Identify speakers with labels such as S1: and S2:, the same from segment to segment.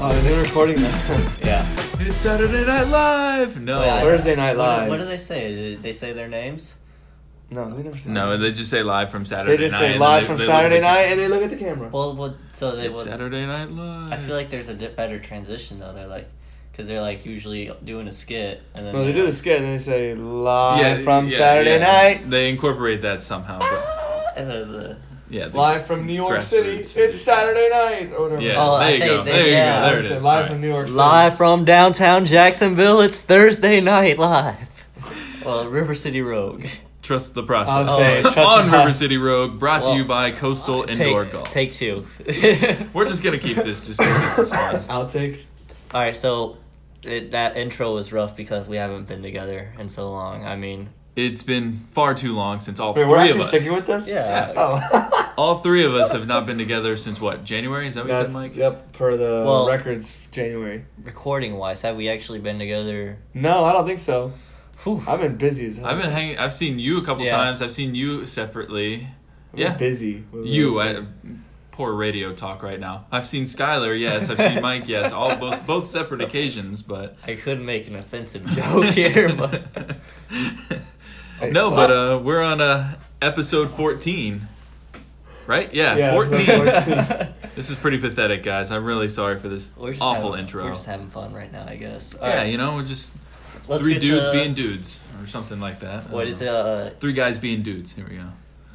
S1: Oh, recording that.
S2: Yeah.
S3: It's Saturday Night Live. No.
S2: Wait, I-
S1: Thursday Night
S2: Oh, What,
S1: Live.
S2: do- what do they say? Did they say their names?
S1: No, they never say
S3: no,
S1: that.
S3: they just say live from Saturday
S1: They
S3: night.
S1: just say
S3: and
S1: live
S3: they-
S1: from
S3: they look at
S1: Saturday
S3: the ca-
S1: night and they look at the camera.
S2: Well, what, so they
S3: It's
S2: would.
S3: Saturday Night Live.
S2: I feel like there's a di- better transition though. They're like, because they're like usually doing a skit and then.
S1: No, they
S2: they're
S1: do the
S2: like,
S1: skit and they say live from Saturday
S3: yeah.
S1: night,
S3: They incorporate that somehow. But
S2: and then the-
S3: yeah. they-
S1: live from New York
S3: Grassroots.
S1: City. It's Saturday night or whatever.
S3: Yeah.
S2: Oh,
S3: there
S2: I
S3: you
S2: think
S3: go.
S2: they-
S3: there you
S2: yeah.
S3: go. There it
S1: They
S3: is.
S1: say,
S3: All
S1: Live
S3: right.
S1: from New York City.
S2: Live from downtown Jacksonville. It's Thursday Night Live. Well, River City Rogue.
S3: Trust the
S1: I
S3: process.
S1: was saying, trust
S3: On
S1: the
S3: River
S1: process.
S3: City Rogue, brought
S2: Well,
S3: to you by Coastal Indoor
S2: take,
S3: Golf.
S2: take two.
S3: We're just gonna keep this just 'cause this is fun.
S1: Outtakes.
S2: All right, so it, that intro was rough because we haven't been together in so long. I mean,
S3: It's been far too long since all
S1: Wait,
S3: three
S1: we're
S3: of
S1: actually
S3: us.
S1: sticking with this?
S2: Yeah.
S1: Oh.
S3: all three of us have not been together since what? January? Is that what
S1: That's,
S3: you said, Mike?
S1: yep, per the
S2: Well-
S1: records, January.
S2: recording wise, have we actually been together?
S1: No, I don't think so.
S2: Whew.
S1: I've been busy as hell.
S3: I've been hanging. I've seen you a couple
S2: Yeah.
S3: times. I've seen you separately.
S1: I've been
S3: Yeah.
S1: busy. with
S3: You,
S1: this.
S3: I, poor radio talk right now. I've seen Skylar, yes. I've seen Mike, yes. All both both separate occasions, but
S2: I could make an offensive joke here, but
S3: no, but uh, we're on uh, episode fourteen, right? Yeah,
S1: Yeah, episode
S3: fourteen.
S1: 14.
S3: this is pretty pathetic, guys. I'm really sorry for this
S2: we're just
S3: awful
S2: having,
S3: intro.
S2: We're just having fun right now, I guess. All
S3: yeah,
S2: right,
S3: you know, we're just
S2: let's
S3: three
S2: get
S3: dudes
S2: to,
S3: being dudes or something like that. I
S2: What
S3: don't
S2: is
S3: know.
S2: it? Uh,
S3: Three guys being dudes. Here we go.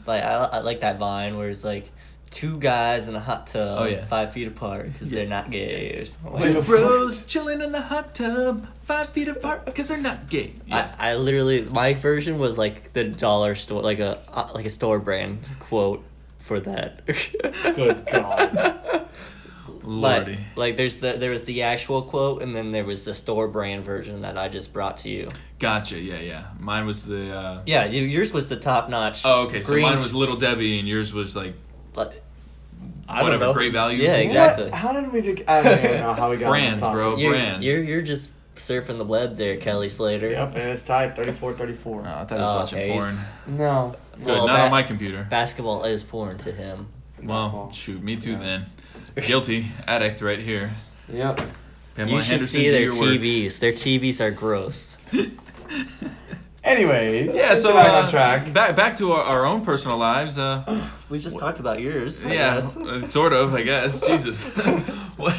S2: like I, I like that vine where it's like two guys in a hot tub,
S3: Oh, yeah.
S2: five feet apart because
S3: Yeah.
S2: they're not gay or something.
S1: Dude,
S3: Two
S2: Like,
S1: fuck.
S3: bros chilling in the hot tub, five feet apart, because they're not gay. Yeah.
S2: I, I literally my version was like the dollar store, like a uh, like a store brand quote for that.
S1: Good God.
S3: Lordy.
S2: Like, like there's the there was the actual quote and then there was the store brand version that I just brought to you.
S3: Gotcha. Yeah, yeah. Mine was the. Uh...
S2: Yeah, you, yours was the top notch.
S3: Oh, okay. So
S2: green
S3: mine was Little Debbie, and yours was like
S2: like,
S3: whatever. Great value.
S2: Yeah, exactly.
S1: What? How did we do? I don't even know how we got on
S3: Brands,
S1: this topic.
S3: bro.
S2: You're,
S3: brands.
S2: you're you're just surfing the web there, Kelly Slater.
S1: Yep, and it's tied 34 34.
S3: Oh, I thought I was
S2: Oh,
S3: watching
S2: okay.
S3: porn.
S1: no.
S3: Good.
S2: Well,
S3: not
S2: ba-
S3: on my computer.
S2: Basketball is porn to him.
S3: Well,
S1: Basketball.
S3: shoot, me too
S1: Yeah.
S3: then. Guilty addict right here.
S1: Yep.
S3: Pamela
S2: you should
S3: Henderson,
S2: see
S3: do
S2: their
S3: your work.
S2: TVs. Their TVs are gross.
S1: Anyways,
S3: Yeah,
S1: let's
S3: so
S1: get back
S3: uh,
S1: on track.
S3: back back to our, our own personal lives. Uh,
S2: We just talked about yours. I
S3: yeah,
S2: guess.
S3: uh, sort of, I guess. Jesus, what,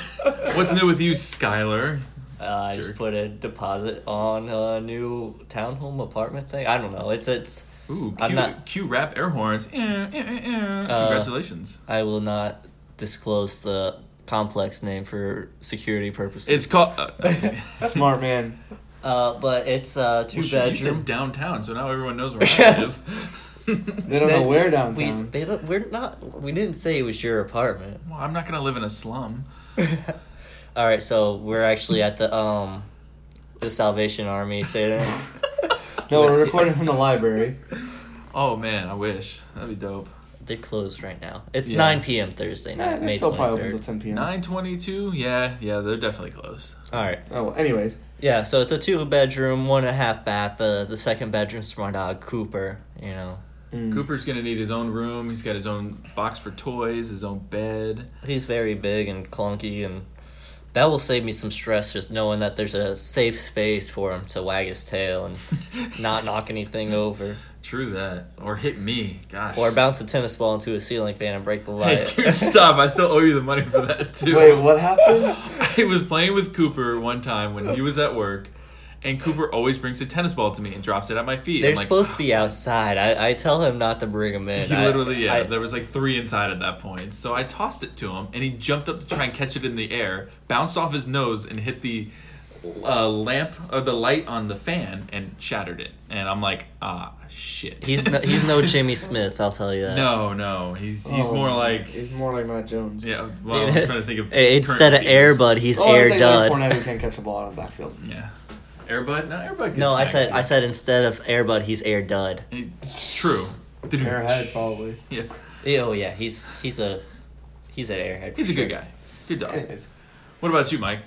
S3: what's new with you, Skylar?
S2: Uh, I
S3: Jerk.
S2: just put a deposit on a new townhome apartment thing. I don't know. It's it's.
S3: Ooh,
S2: I'm
S3: cute,
S2: not-
S3: cute rap air horns. Eh, eh, eh, eh.
S2: Uh,
S3: Congratulations.
S2: I will not disclose the complex name for security purposes.
S3: It's called. Uh,
S1: Smart man.
S2: Uh, but it's uh two
S3: Well, shit, You
S2: bedroom.
S3: said downtown, so now everyone knows where I live.
S1: They don't know
S2: They-
S1: where
S2: We
S1: downtown.
S2: they don't- we're not we didn't say it was your apartment.
S3: well, I'm not gonna live in a slum.
S2: All right, so we're actually at the um, the Salvation Army. Say that.
S1: no, we're recording from the library.
S3: Oh man, I wish that'd be dope.
S2: They're closed right now. It's
S3: Yeah.
S2: nine p.m. Thursday night,
S1: Nah, they're
S2: May
S1: Eh, still probably open until
S2: twenty-third.
S1: 10 p.m.
S3: Nine twenty-two. Yeah, yeah, they're definitely closed.
S2: All right.
S1: Oh, well, anyways.
S2: Yeah, so it's a two bedroom, one and a half bath. The the second bedroom's for my dog Cooper. You know,
S1: Mm.
S3: Cooper's gonna need his own room. He's got his own box for toys, his own bed.
S2: he's very big and clunky, and that will save me some stress just knowing that there's a safe space for him to wag his tail and not knock anything over
S3: True that, or hit me, gosh.
S2: or bounce a tennis ball into a ceiling fan and break the
S3: Hey,
S2: light.
S3: dude, stop! I still owe you the money for that too.
S1: Wait, what happened?
S3: I was playing with Cooper one time when he was at work, and Cooper always brings a tennis ball to me and drops it at my feet.
S2: They're
S3: I'm like, "Ah."
S2: supposed to be outside. I, I tell him not to bring them in.
S3: He
S2: I-
S3: literally, yeah,
S2: I-
S3: there was like three inside at that point. So I tossed it to him, and he jumped up to try and catch it in the air, bounced off his nose, and hit the uh, lamp or the light on the fan and shattered it. And I'm like, ah, shit.
S2: he's no, he's no Jimmy Smith. I'll tell you that.
S3: no, no. He's he's
S1: Oh,
S3: more like
S1: He's more like Matt Jones.
S3: yeah. Well, I'm trying to think of
S2: Instead
S3: current
S2: of Air
S3: receivers.
S2: Bud, he's
S1: Oh, I
S2: Air
S1: was like, Leonard
S2: Dud.
S1: Fournette, who can't catch the ball out of the backfield.
S3: Yeah, Airbud. No, Airbud. gets
S2: No, I
S3: snagged,
S2: said
S3: dude.
S2: I said instead of Air Bud, he's Air Dud.
S3: It's true.
S1: Airhead, probably.
S3: Yeah,
S2: Oh yeah, he's he's a he's an airhead.
S3: he's a good guy. Good dog.
S1: Anyways,
S3: What about you, Mike?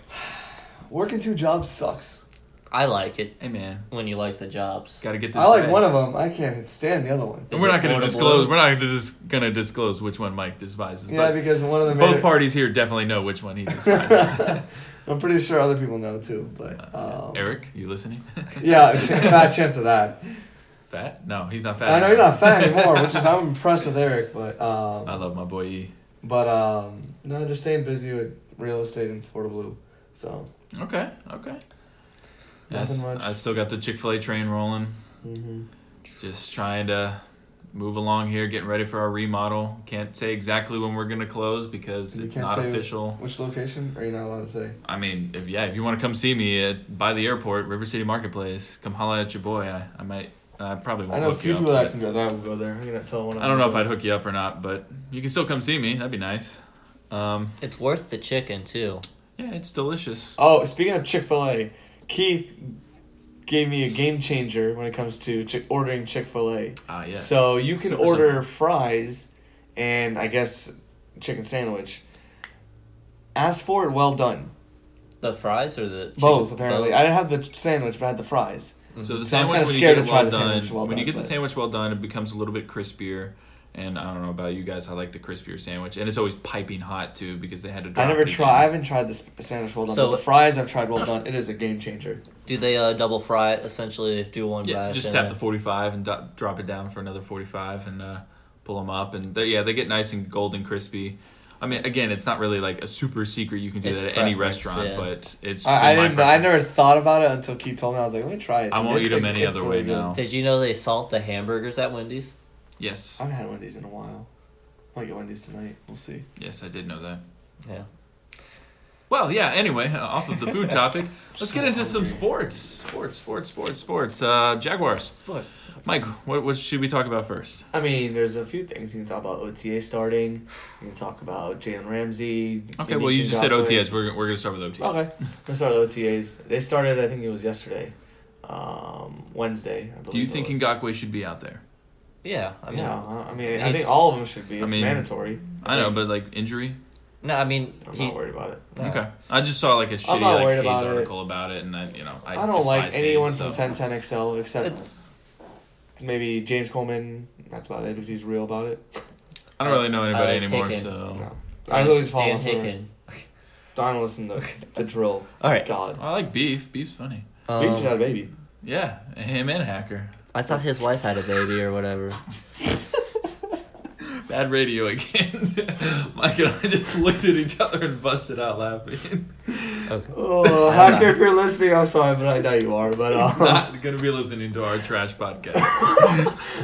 S1: working two jobs sucks.
S2: I like it
S3: Hey, man.
S2: when you like the jobs.
S3: Gotta get this.
S1: I like
S3: bread.
S1: one of them. I can't stand the other one.
S3: And we're
S2: Is it
S3: not going
S2: affordable?
S3: to disclose. We're not going to dis- gonna disclose which one Mike despises.
S1: Yeah,
S3: but
S1: because one of them.
S3: both parties here definitely know which one he despises.
S1: I'm pretty sure other people know too, but um,
S3: Uh, Eric, you listening?
S1: Yeah, a ch- bad chance of that.
S3: Fat? No, he's not fat.
S1: I know you're
S3: anymore.
S1: not fat anymore, which is I'm impressed with Eric, but um,
S3: I love my boy E.
S1: but um, no, just staying busy with real estate in Florida Blue. So
S3: Okay, okay. Yes,
S1: Nothing much.
S3: I still got the Chick Fil A train rolling.
S1: hmm
S3: Just trying to move along here, getting ready for our remodel. Can't say exactly when we're gonna close because
S1: You
S3: it's
S1: can't
S3: not
S1: say-
S3: official.
S1: which location are you not allowed to say?
S3: I mean, if yeah, if you want to come see me at by the airport, River City Marketplace, come holla at your boy. I, I might, I probably
S1: I
S3: won't
S1: know a
S3: hook
S1: few
S3: you up.
S1: people that
S3: but-
S1: can go that will go there. I'm gonna tell one. of
S3: I don't know if
S1: them.
S3: I'd hook you up or not, but you can still come see me. That'd be nice. Um,
S2: It's worth the chicken too.
S3: yeah, it's delicious.
S1: Oh, speaking of Chick Fil A, Keith gave me a game changer when it comes to chick- ordering Chick Fil A.
S3: Ah, yes.
S1: So you can
S3: Super
S1: order fries and I guess chicken sandwich. Ask for it well done.
S2: The fries or the chicken?
S1: Both apparently.
S2: Both?
S1: I didn't have the sandwich, but I had the fries.
S3: So the
S1: So I was
S3: sandwich,
S1: kinda
S3: when you
S1: scared
S3: get it
S1: to try
S3: well
S1: the
S3: done,
S1: sandwich well
S3: when
S1: done,
S3: you get the
S1: but-
S3: sandwich well done, it becomes a little bit crispier. And I don't know about you guys, I like the crispier sandwich, and it's always piping hot too because they had to. Drop
S1: I never
S3: it
S1: try. I
S3: again.
S1: haven't tried the s- sandwich well done.
S2: So-
S1: but the fries I've tried well done. It is a game changer.
S2: Do they uh, double fry it? Essentially, do one
S3: Yeah,
S2: batch.
S3: just
S2: and
S3: tap
S2: then-
S3: the forty-five and do- drop it down for another forty-five, and uh, pull them up, and they, yeah, they get nice and golden crispy. I mean, again, it's not really like a super secret. You can do
S2: It's
S3: that at any
S2: preference,
S3: restaurant,
S2: yeah.
S3: but it's.
S1: I, I
S3: been my
S1: didn't. I
S3: preference.
S1: never thought about it until Keith told me. I was like, let me try it.
S3: I won't
S1: It's
S3: eat 'em
S1: a-
S3: any
S1: it's
S3: other
S1: really
S3: way
S1: good.
S3: now.
S2: Did you know they salt the hamburgers at Wendy's?
S3: Yes,
S1: I haven't had Wendy's in a while. I might get Wendy's tonight. We'll see.
S3: yes, I did know that.
S2: Yeah.
S3: Well, yeah. Anyway, uh, off of the food topic, let's
S1: So
S3: get into some
S1: hungry.
S3: sports. Sports, sports, sports, sports. Uh, Jaguars.
S2: Sports. sports.
S3: Mike, what, what should we talk about first?
S1: I mean, there's a few things you can talk about. OTA starting. You can talk about Jalen Ramsey.
S3: Okay,
S1: Yannick
S3: well, you just said
S1: Ngakwe.
S3: OTAs. We're, we're gonna start with OTAs.
S1: Okay, let's start with OTAs. They started. I think it was yesterday, um, Wednesday. I believe
S3: Do you
S1: it
S3: think
S1: was.
S3: Ngakwe should be out there?
S2: Yeah, I mean,
S1: yeah, I- I mean, I
S2: he's-
S1: think all of them should be.
S3: I
S1: It's
S3: mean,
S1: mandatory.
S3: I know,
S1: think-
S3: but like injury.
S2: no, I mean,
S1: I'm
S2: he,
S1: not worried about it.
S2: no.
S3: Okay, I just saw like a shitty
S1: not
S3: like
S1: worried
S3: Hayes
S1: about it.
S3: article about it, and I you know I,
S1: I, don't like
S3: despise
S1: anyone
S3: Hayes,
S1: from
S3: so.
S1: 1010 XL except
S2: It's
S1: maybe James Coleman. That's about it because he's real about it.
S3: I don't really know
S2: I
S3: anybody
S2: like
S3: anymore,
S2: Hicken.
S3: so
S1: No. I literally just follow
S2: Dan
S1: him. Taken.
S2: Taken.
S1: Don listen to the drill.
S2: All right.
S1: God.
S3: I like Beef. Beef's funny.
S1: Um, just had a
S2: Um,
S1: baby.
S3: Yeah, him and Hacker.
S2: I thought his wife had a baby or whatever.
S3: Bad radio again. Mike and I just looked at each other and busted out laughing.
S2: Okay.
S1: Oh, hacker, if you're listening, I'm sorry, but I doubt you are. But uh,
S3: He's not gonna be listening to our trash podcast.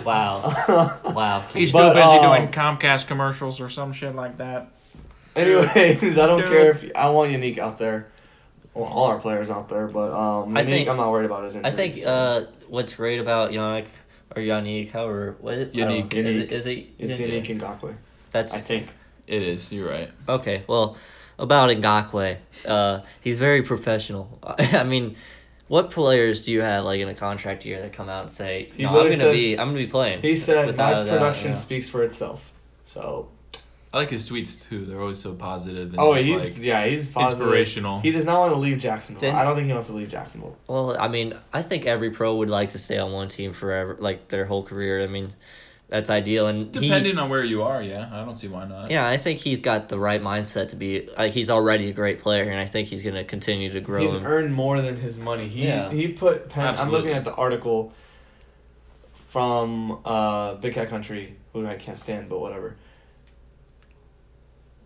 S2: Wow. wow.
S3: He's
S1: too But, busy uh, doing
S3: Comcast commercials or some shit like that.
S1: Anyways, I don't
S3: Dude.
S1: care if I want Unique out there. Well, all our players out there, but um, Unique,
S2: I think-
S1: I'm not worried about his injury.
S2: I think
S1: so.
S2: uh, what's great about Yannick or Yannick, however, what is it? I don't know.
S3: Yannick.
S2: Is
S1: Yannick.
S2: it, is it
S1: it's
S2: Yannick?
S1: Unique Ngakwe. I
S2: That's
S1: think.
S3: It is. You're right.
S2: okay. Well, about Ngakwe, uh, he's very professional. I mean, what players do you have like in a contract year that come out and say,
S1: He
S2: "No, I'm
S1: literally
S2: gonna
S1: says-
S2: be, I'm gonna be playing."
S1: He said,
S2: Without
S1: "My
S2: a doubt,
S1: production
S2: yeah.
S1: speaks for itself." So,
S3: I like his tweets too. They're always so positive and
S1: oh,
S3: just,
S1: he's
S3: like
S1: yeah, he's positive.
S3: inspirational.
S1: He does not want to leave Jacksonville.
S2: Then-
S1: I don't think he wants to leave Jacksonville.
S2: Well, I mean, I think every pro would like to stay on one team forever, like their whole career. I mean, that's ideal. And he-
S3: Depending on where you are, yeah, I don't see why not.
S2: yeah, I think he's got the right mindset to be. Like, he's already a great player, and I think he's going to continue to grow.
S1: He's
S2: and-
S1: earned more than his money. He
S2: Yeah.
S1: he put Penn.
S3: Absolutely.
S1: I'm looking at the article from uh, Big Cat Country, who I can't stand, but whatever.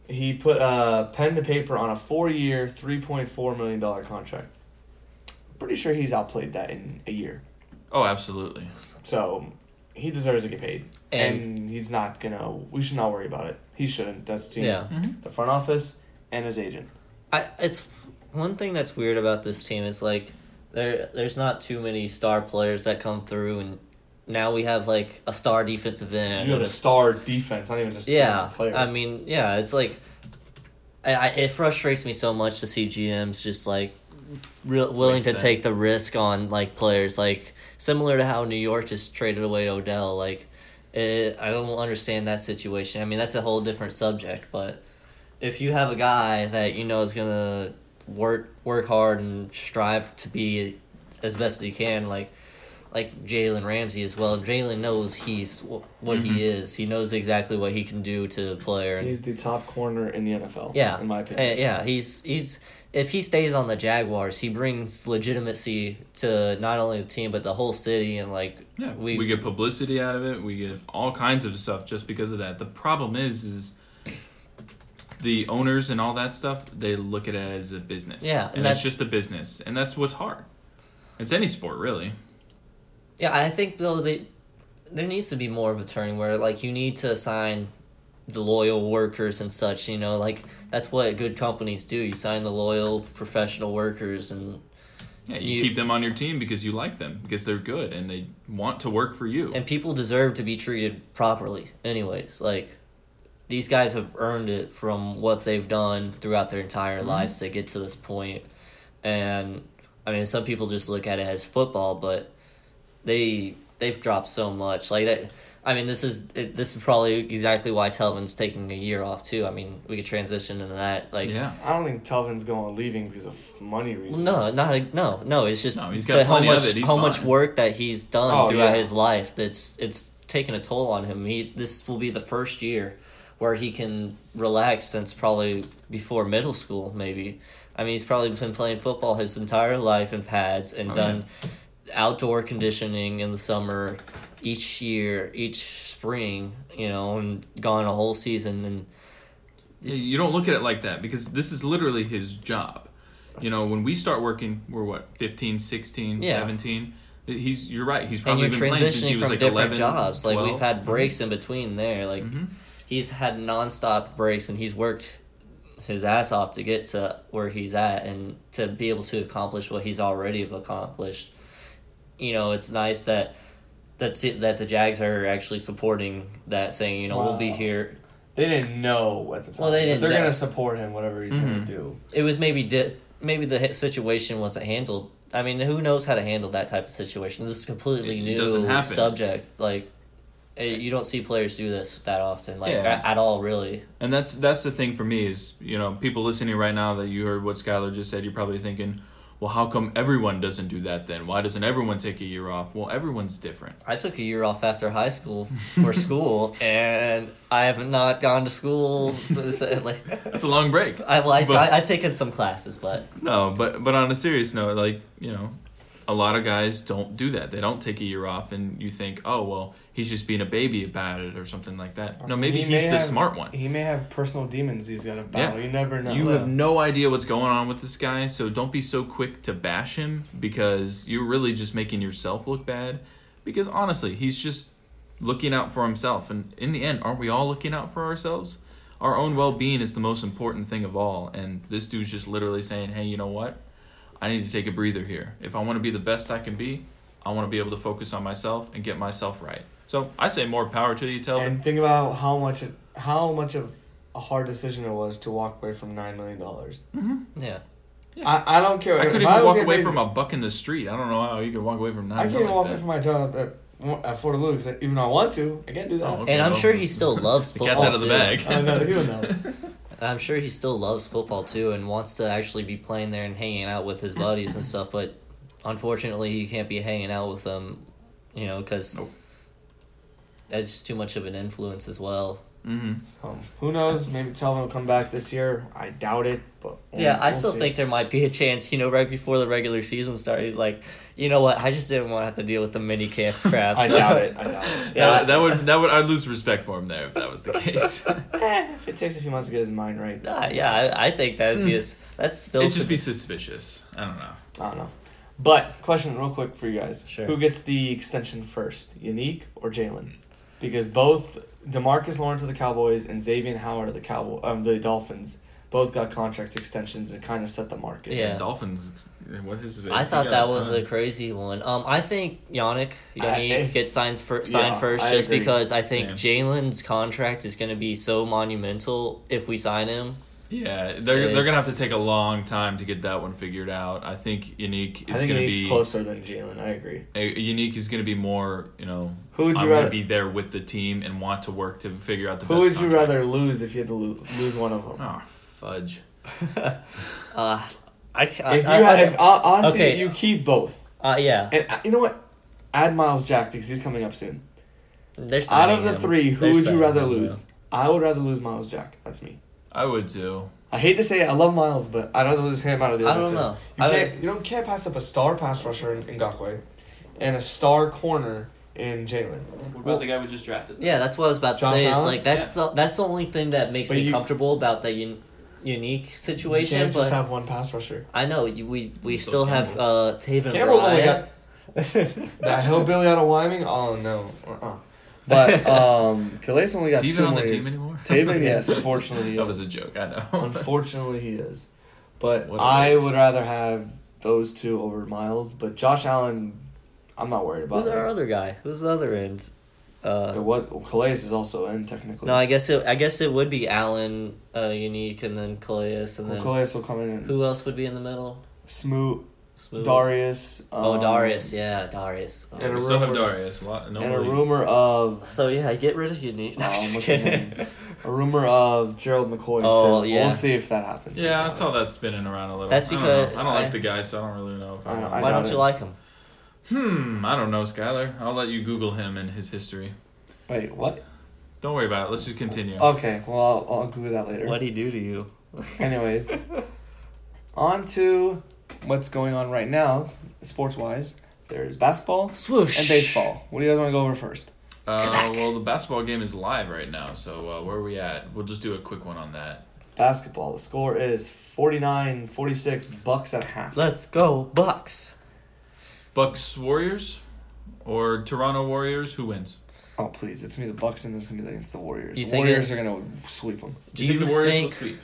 S1: He put uh, pen to paper on a four-year, three point four million dollar contract. Pretty sure he's outplayed that in a year,
S3: Oh, absolutely.
S1: so he deserves to get paid,
S2: And-
S1: and, he's not gonna. We should not worry about it. He shouldn't. That's the team,
S2: yeah,
S1: the front office, and his agent.
S2: I, it's one thing that's weird about this team is like there there's not too many star players that come through, and now we have like a star defensive end.
S1: You
S2: and
S1: have a
S2: a
S1: star defense, not even just a
S2: Yeah,
S1: defensive player.
S2: I mean, yeah, it's like, I, I it frustrates me so much to see GMs just like real willing to
S3: Wasting.
S2: take the risk on like players, like similar to how New York just traded away Odell. Like, it, I don't understand that situation. I mean, that's a whole different subject, but if you have a guy that you know is gonna work work hard and strive to be as best as he can, like. like Jalen Ramsey as well. Jalen knows he's wh- what he is. He knows exactly what he can do to a player. And,
S1: He's the top corner in the NFL.
S2: yeah,
S1: in my opinion.
S2: Uh, yeah, he's he's if he stays on the Jaguars, he brings legitimacy to not only the team but the whole city and like
S3: Yeah,
S2: we
S3: we, get publicity out of it. We get all kinds of stuff just because of that. The problem is, is the owners and all that stuff. They look at it as a business.
S2: Yeah, and
S3: and,
S2: that's-
S3: that's just a business, and that's what's hard. It's any sport, really.
S2: Yeah, I think though they there needs to be more of a turning where like you need to assign the loyal workers and such, you know, like that's what good companies do. You sign the loyal professional workers and
S3: Yeah, you,
S2: You-
S3: keep them on your team because you like them because they're good and they want to work for you.
S2: and people deserve to be treated properly anyways. Like these guys have earned it from what they've done throughout their entire lives to get to this point. And I mean some people just look at it as football, but they they've dropped so much. Like that, I mean, this is it, this is probably exactly why Telvin's taking a year off too. I mean, we could transition into that. Like,
S3: yeah,
S1: I don't think Telvin's going leaving because of money reasons.
S2: eh. no, not a- no, no. It's just
S3: No, he's got
S2: the- how
S3: plenty of
S2: much
S3: it. He's
S2: how much
S3: fine.
S2: work that he's done
S1: Oh,
S2: throughout
S1: yeah.
S2: his life. That's it's taken a toll on him. He this will be the first year where he can relax since probably before middle school maybe. I mean, he's probably been playing football his entire life in pads and
S3: Oh,
S2: done outdoor conditioning in the summer each year, each spring, you know, and gone a whole season and
S3: Yeah, you don't look at it like that because this is literally his job. You know, when we start working, we're what 15, 16,
S2: Yeah.
S3: 17. He's you're right. He's
S2: and
S3: probably
S2: you're
S3: been playing since he
S2: transitioning
S3: was
S2: from
S3: like
S2: different
S3: 11,
S2: jobs. Like
S3: 12.
S2: we've had breaks in between there. Like
S3: Mm-hmm.
S2: he's had nonstop breaks, and he's worked his ass off to get to where he's at, and to be able to accomplish what he's already have accomplished. You know, it's nice that that's it. That the Jags are actually supporting that, saying, you know, we'll be
S1: Wow.
S2: here.
S1: They didn't know at the time.
S2: Well, they didn't
S1: They're
S2: know. Mm-hmm.
S1: gonna support him, whatever he's gonna do.
S2: It was maybe di- maybe the hit situation wasn't handled. I mean, who knows how to handle that type of situation? This is a completely
S3: It doesn't
S2: new
S3: happen.
S2: subject. Like, eh, you don't see players do this that often, like
S3: Yeah.
S2: a- at all, really.
S3: And that's that's the thing for me is you know people listening right now that you heard what Skylar just said, you're probably thinking, well, how come everyone doesn't do that then? Why doesn't everyone take a year off? Well, everyone's different.
S2: I took a year off after high school for school, and I have not gone to school. this- like,
S3: That's a long break.
S2: I, well, I,
S3: But-
S2: I, I've taken some classes, but
S3: No, but but on a serious note, like you know, a lot of guys don't do that. They don't take a year off, and you think, oh well, he's just being a baby about it or something like that. No, maybe
S1: He may
S3: he's the
S1: have-
S3: smart one.
S1: He may have personal demons he's gotta battle. You never know.
S3: You have no idea what's going on with this guy, so don't be so quick to bash him because you're really just making yourself look bad. Because honestly, he's just looking out for himself. And in the end, aren't we all looking out for ourselves? Our own well being is the most important thing of all. And this dude's just literally saying, hey, you know what? I need to take a breather here. If I want to be the best I can be, I want to be able to focus on myself and get myself right. So I say more power to you, Telvin.
S1: and think about how much it, how much of a hard decision it was to walk away from nine million dollars.
S2: yeah.
S1: I, I don't care.
S3: I
S1: If
S3: couldn't even
S1: was
S3: walk
S1: getting
S3: away
S1: paid-
S3: from a buck in the street. I don't know how you could walk away from nine.
S1: I can't even
S3: like
S1: walk
S3: that.
S1: away from my job at at Florida Lou because even though I want to, I can't do that.
S3: Oh, okay.
S2: And I'm
S3: well,
S2: sure he still loves
S3: The
S2: football.
S3: cat's out of the
S2: too.
S3: bag.
S1: I know you know.
S2: I'm sure he still loves football too and wants to actually be playing there and hanging out with his buddies and stuff, but unfortunately, you can't be hanging out with them, you know, because
S3: Nope.
S2: that's just too much of an influence as well.
S3: hmm
S1: Um, who knows? Maybe Telvin will come back this year. I doubt it, but we'll-
S2: Yeah, I
S1: we'll
S2: still
S1: see.
S2: think there might be a chance, you know, right before the regular season starts, he's like, you know what, I just didn't want to have to deal with the mini camp crap.
S1: I
S2: so-
S1: doubt it. I doubt it.
S2: Yeah,
S3: that, that would that would I'd lose respect for him there if that was the case.
S1: Eh, if it takes a few months to get his mind right,
S2: Nah, yeah, I, I think that'd be a, s- that's still
S3: It'd just be suspicious. I don't know.
S1: I don't know. But question real quick for you guys:
S2: Sure.
S1: Who gets the extension first, Unique or Jalen? Because both Demarcus Lawrence of the Cowboys and Xavier Howard of the Cowboy um, the Dolphins both got contract extensions and kind of set the market.
S2: Yeah.
S3: The Dolphins. What his face?
S2: I
S3: He
S2: thought
S3: got
S2: that
S3: a
S2: was
S3: ton.
S2: a crazy one. Um, I think Yannick
S1: I-
S2: Yannick gets signed fir- signed
S1: Yeah,
S2: first
S1: I
S2: just
S1: agree.
S2: because I think Jalen's contract is going to be so monumental if we sign him.
S3: Yeah, they're they're gonna have
S2: It's-
S3: to take a long time to get that one figured out. I think Unique
S1: I
S3: is
S1: think
S3: gonna
S1: Unique's
S3: be
S1: closer than Jalen. I agree.
S3: uh, Unique is gonna be more. You know,
S1: Who would you
S3: I'm
S1: rather?
S3: gonna be there with the team and want to work to figure out the
S1: Who
S3: best.
S1: would you
S3: contract.
S1: rather lose if you had to lo- lose one of them?
S3: Oh, fudge.
S2: Uh, I, I,
S1: If you
S2: I-
S1: had, if, uh, honestly,
S2: Okay.
S1: you keep both.
S2: uh, yeah,
S1: And uh, you know what? add Miles Jack because he's coming up soon.
S2: They're
S1: Out of
S2: signing
S1: the
S2: him.
S1: three, who
S2: They're
S1: would you
S2: signing
S1: rather
S2: him, yeah.
S1: lose? I would rather lose Miles Jack. That's me.
S3: I would too.
S1: I hate to say it, I love Miles, but I'd rather lose him out of the
S2: I
S1: other
S2: don't
S1: two.
S2: know.
S1: You
S2: I
S1: can't you don't can't pass up a star pass rusher in Ngakwe and a star corner in Jalen.
S4: What
S1: Well-
S4: about the guy we just drafted?
S2: Yeah, that's what I was about to
S1: Josh
S2: say. Is
S1: Allen?
S2: like that's the, that's the only thing that makes
S1: But
S2: me
S1: you-
S2: comfortable about that un- unique
S1: You
S2: situation.
S1: can't
S2: But
S1: just have one pass rusher.
S2: I know you, we we
S3: So
S2: still have
S3: Campbell.
S2: uh, Taven
S1: Campbell's only
S2: Ryan.
S1: got that hillbilly out of Wyoming. Oh no. Uh-uh. But um, Calais only
S3: Is
S1: got
S3: he
S1: two
S3: even on
S1: more
S3: the
S1: years.
S3: team anymore?
S1: Taven, yes, unfortunately, he
S3: that was
S1: is.
S3: a joke. I know.
S1: Unfortunately, he is. But
S3: What a
S1: I
S3: waste.
S1: would rather have those two over Miles. But Josh Allen, I'm not worried about.
S2: Who's our
S1: him.
S2: other guy? Who's the other end?
S1: It
S2: Uh,
S1: was well, Calais is also in technically.
S2: no, I guess it. I guess it would be Allen, uh, unique, and then Calais, and
S1: Well,
S2: then
S1: Calais will come in. And
S2: who else would be in the middle?
S1: Smoot,
S2: Smooth.
S1: Darius. Um,
S2: Oh, Darius. Yeah, Darius. Oh.
S1: And a
S3: we still have
S1: rumor-
S3: Darius. Lot- No
S1: and a
S3: really-
S1: rumor of
S2: So yeah, get rid of unique. No,
S1: Um,
S2: I'm just
S1: what's his
S2: kidding.
S1: a rumor of Gerald McCoy.
S2: Oh,
S1: too.
S2: yeah.
S1: We'll see if that happens.
S3: Yeah, I saw that spinning around a little.
S2: That's
S3: I don't know.
S2: because
S3: I don't,
S2: I-
S3: like the guy, so I don't really know. If I,
S1: I-
S3: know.
S1: I
S2: Why
S1: got
S2: don't you
S1: it.
S2: like him?
S3: hmm, I don't know, Skylar. I'll let you Google him and his history.
S1: Wait, what?
S3: Don't worry about it. Let's just continue.
S1: Okay, well I'll, I'll Google that later.
S2: What would he do to you?
S1: Anyways, on to what's going on right now, sports wise. There's basketball
S2: Swoosh.
S1: and baseball. What do you guys want to go over first?
S3: Uh, well, the basketball game is live right now, so uh, where are we at? We'll just do a quick one on that.
S1: Basketball. The score is 49 46 bucks at half.
S2: Let's go Bucks.
S3: Bucks Warriors or Toronto Warriors? Who wins?
S1: Oh, please. It's going to be the Bucks and it's going to be against the Warriors.
S2: You think
S1: Warriors are going to sweep them.
S2: Do you
S3: the Warriors
S2: think
S3: will sweep?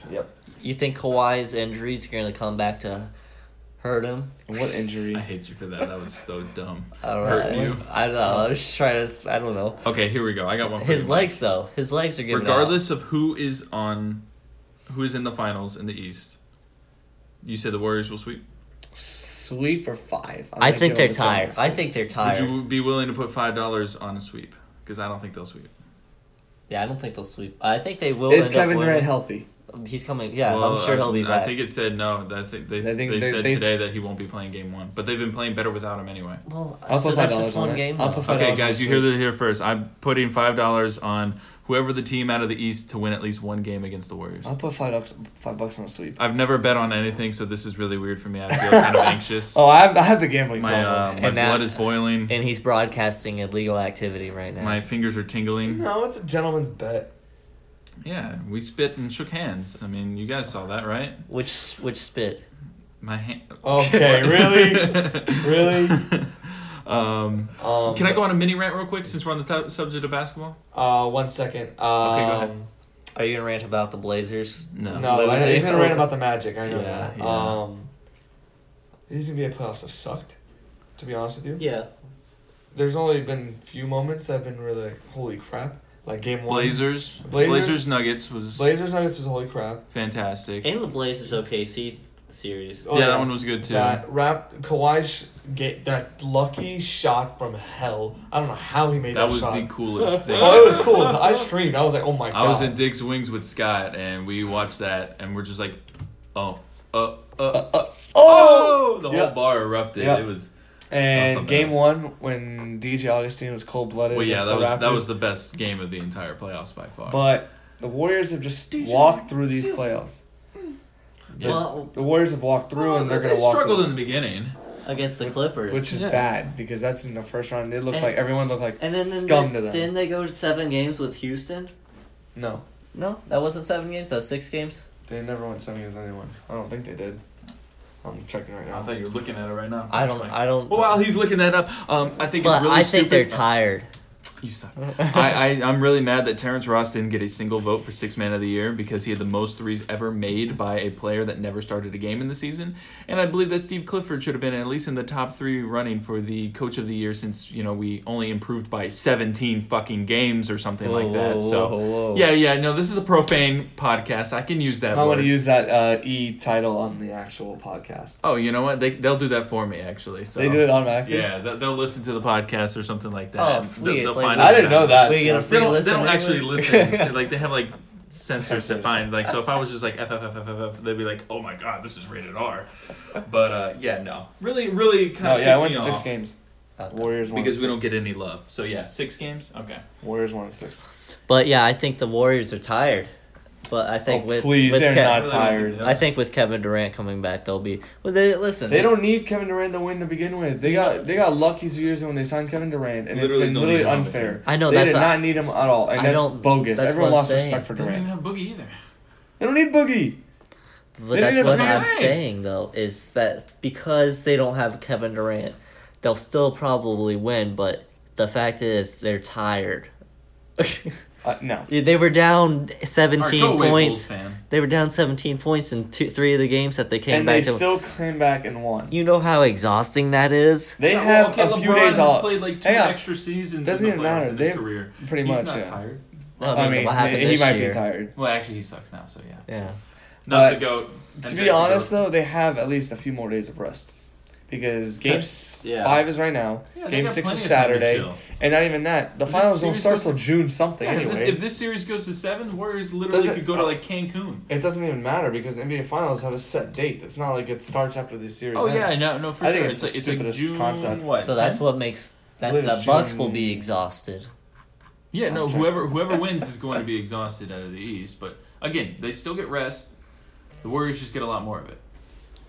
S2: you think Kawhi's injuries are going to come back to hurt him?
S1: And what injury?
S3: I hate you for that. That was so dumb.
S2: I don't
S3: Hurt
S2: know.
S3: you?
S2: I don't know. I was just trying to. I don't know.
S3: Okay, here we go. I got one. for
S2: His
S3: you.
S2: legs though. His legs are giving.
S3: Regardless of who is on, who is in the finals in the East, you said the Warriors will sweep.
S1: sweep or five? I'm
S2: out. I
S1: gonna
S2: think
S1: go
S2: they're
S1: with the Giants.
S2: tired. I think they're tired.
S3: Would you be willing to put five dollars on a sweep? Because I don't think they'll sweep.
S2: Yeah, I don't think they'll sweep. I think they will.
S1: Is
S2: end up
S1: Kevin Durant
S2: winning.
S1: healthy?
S2: He's coming. Yeah,
S3: Well,
S2: I'm sure
S3: I-
S2: he'll be
S3: I
S2: back.
S3: think it said no. I think they
S1: I think
S3: they,
S1: they-
S3: said
S1: they-
S3: today that he won't be playing game one, but they've been playing better without him anyway.
S2: well,
S1: I'll
S2: so
S1: put
S2: that's
S1: $5
S2: just
S1: on
S2: one
S1: it.
S2: game.
S1: I'll
S2: though.
S1: put $5
S3: Okay,
S1: on
S3: guys,
S1: the
S3: you hear
S1: sweep.
S3: the here first. I'm putting five dollars on whoever the team out of the East to win at least one game against the Warriors.
S1: I'll put five bucks, five bucks on a sweep.
S3: I've never bet on anything, so this is really weird for me. I feel kind of anxious.
S1: Oh, I have, I have the gambling
S3: my
S1: problem.
S3: uh, my
S2: And that-
S3: blood is boiling.
S2: and he's broadcasting illegal activity right now.
S3: My fingers are tingling.
S1: no, it's a gentleman's bet.
S3: Yeah, we spit and shook hands. I mean, you guys saw that, right?
S2: Which which spit?
S3: My hand.
S1: Okay, really? Really?
S3: Um,
S1: Um,
S3: can I go on a mini rant real quick since we're on the top subject of basketball?
S1: Uh, one second. Um,
S3: go ahead.
S2: Are you gonna rant about the Blazers?
S3: No.
S1: No, I, he's
S2: Losing.
S1: gonna rant about the Magic. I know
S3: Yeah,
S1: that.
S3: yeah.
S1: Um, these NBA playoffs have sucked. To be honest with you,
S2: Yeah.
S1: there's only been few moments I've been really like, holy crap. Like game one,
S3: Blazers, Blazers,
S1: Blazers-
S3: Nuggets was
S1: Blazers Nuggets was holy crap.
S3: fantastic.
S2: And the Blazers OKC series.
S1: Oh,
S3: yeah, that one was good too.
S1: That rap Kawhi's get that lucky shot from hell. I don't know how he made
S3: that
S1: that,
S3: was
S1: shot.
S3: the coolest thing.
S1: oh, it was cool. I screamed. I was like, oh my god.
S3: I was in Dick's Wings with Scott, and we watched that, and we're just like, oh, uh, uh, oh! The whole
S1: Yeah.
S3: bar erupted.
S1: Yeah.
S3: It was. That was
S1: And
S3: something
S1: game
S3: else.
S1: one, when DJ Augustine was cold blooded.
S3: Well, yeah,
S1: against
S3: that
S1: the
S3: was
S1: Raptors,
S3: that was the best game of the entire playoffs by far.
S1: But the Warriors have just
S3: DJ
S1: walked through these
S3: Seals.
S1: playoffs.
S3: Yeah.
S2: Well,
S1: The Warriors have walked through, and they're
S3: Mm. they
S1: going to walk
S3: struggled
S1: through,
S3: in the beginning.
S2: against the Clippers.
S1: which is
S3: Yeah.
S1: bad because that's in the first round. They look
S2: And-
S1: like everyone looked like
S2: and then, then
S1: scum
S2: they,
S1: to them.
S2: didn't they go to seven games with Houston?
S1: No,
S2: No, that wasn't seven games. That was six games.
S1: they never went semis with anyone. I don't think they did. I'm checking right
S3: I
S1: now.
S3: thought you were looking at it right now.
S2: I don't. I don't.
S3: Well, while he's looking that up, um, I think
S2: but
S3: it's really
S2: I think
S3: stupid. Uh,
S2: they're tired.
S3: You stop. I, I I'm really mad that Terrence Ross didn't get a single vote for six man of the year because he had the most threes ever made by a player that never started a game in the season. And I believe that Steve Clifford should have been at least in the top three running for the coach of the year since, you know, we only improved by seventeen fucking games or something like that. so Yeah, yeah, no, this is a profane podcast. I can use
S1: I
S3: that
S1: want
S3: word.
S1: to use that uh, E title on the actual podcast.
S3: oh, you know what? They they'll do that for me actually. So
S1: They do it automatically.
S3: Yeah, they'll, they'll listen to the podcast or something like that.
S2: Oh,
S3: They'll-
S2: sweet.
S3: they'll
S2: It's like-
S3: find
S1: I
S3: out
S1: didn't know that.
S2: We get a
S1: That's
S2: free
S3: They don't,
S2: listen
S3: they don't
S2: anyway?
S3: actually listen. like they have like sensors to find. Like so, if I was just like FFFFF, they'd be like, "Oh my god, this is rated R." But uh, yeah, no, really, really kind
S1: No,
S3: of.
S1: yeah, I went to six games.
S2: Okay.
S1: Warriors won
S3: because
S1: in
S3: we don't
S1: six.
S3: get any love. So yeah, six games. Okay.
S1: Warriors one and six.
S2: But yeah, I think the Warriors are tired. But I think
S1: Oh,
S2: with
S1: please,
S2: with
S1: they're
S2: Kev-
S1: not
S3: Well,
S1: tired.
S3: yeah.
S2: I think with Kevin Durant coming back, they'll be. Well, they listen.
S1: They don't need Kevin Durant to win to begin with. They got they got lucky two years ago when they signed Kevin Durant, and
S3: Literally
S1: it's been
S3: don't
S1: literally
S3: need him on the
S1: unfair.
S3: team.
S2: I know
S1: they
S2: that's
S1: did
S2: a-
S1: not need him at all, and
S2: I
S1: that's
S2: don't-
S1: bogus.
S2: that's
S1: Everyone
S2: what I'm
S1: lost
S2: saying.
S1: respect for
S3: They don't even
S1: Durant.
S3: have Boogie either.
S1: They don't need Boogie.
S2: But
S1: They
S2: that's
S1: didn't
S2: what
S1: have
S2: I'm
S3: Durant.
S2: saying though is that because they don't have Kevin Durant, they'll still probably win. But the fact is, they're tired.
S1: Uh, no,
S2: they were down
S3: All right,
S2: 17
S3: go away, Bulls
S2: points.
S3: fan.
S2: They were down 17 points in two, three of the games that they came
S1: and they
S2: back to.
S1: still came back and won.
S2: you know how exhausting that is.
S1: They
S3: Yeah, well,
S1: have
S3: okay,
S1: a few
S3: LeBron
S1: days
S3: has
S1: off.
S3: Played like two
S1: Hang on.
S3: extra seasons.
S1: Doesn't
S3: in the
S1: even
S3: playoffs
S1: matter.
S3: In
S1: They-
S3: his career.
S1: Pretty
S3: He's
S1: much.
S3: not
S1: yeah.
S3: tired.
S2: I mean, what happened
S1: he
S2: this
S1: might
S2: year?
S1: be tired.
S3: Well, actually, he sucks now. So yeah.
S2: Yeah.
S1: But
S3: Not the goat. and
S1: To
S3: Jason
S1: be honest,
S3: Tatum.
S1: though, they have at least a few more days of rest because game
S2: That's-
S1: s-
S3: yeah.
S1: five is right now.
S3: Yeah, they
S1: game
S3: got
S1: six is
S3: plenty of time to
S1: Saturday,
S3: chill.
S1: and not even that. The
S3: If this
S1: finals don't
S3: series
S1: start
S3: goes
S1: till
S3: to-
S1: June something
S3: Yeah, if,
S1: anyway.
S3: this, if this series goes to seven, Warriors literally
S1: Doesn't-
S3: could go to like Cancun.
S1: It doesn't even matter because NBA Finals have a set date. It's not like it starts after the series.
S3: Oh
S1: ends.
S3: yeah, no, no, for
S1: I
S3: sure.
S1: think it's
S3: it's, like
S1: the
S3: it's like
S1: stupidest
S3: June
S1: concept.
S3: what?
S2: So that's
S3: 10?
S2: what makes that
S1: Liz,
S2: the Bucks will be
S1: June-
S2: exhausted.
S3: yeah. No,
S1: I'm trying-
S3: whoever whoever wins is going to be exhausted out of the East. But again, they still get rest. The Warriors just get a lot more of it.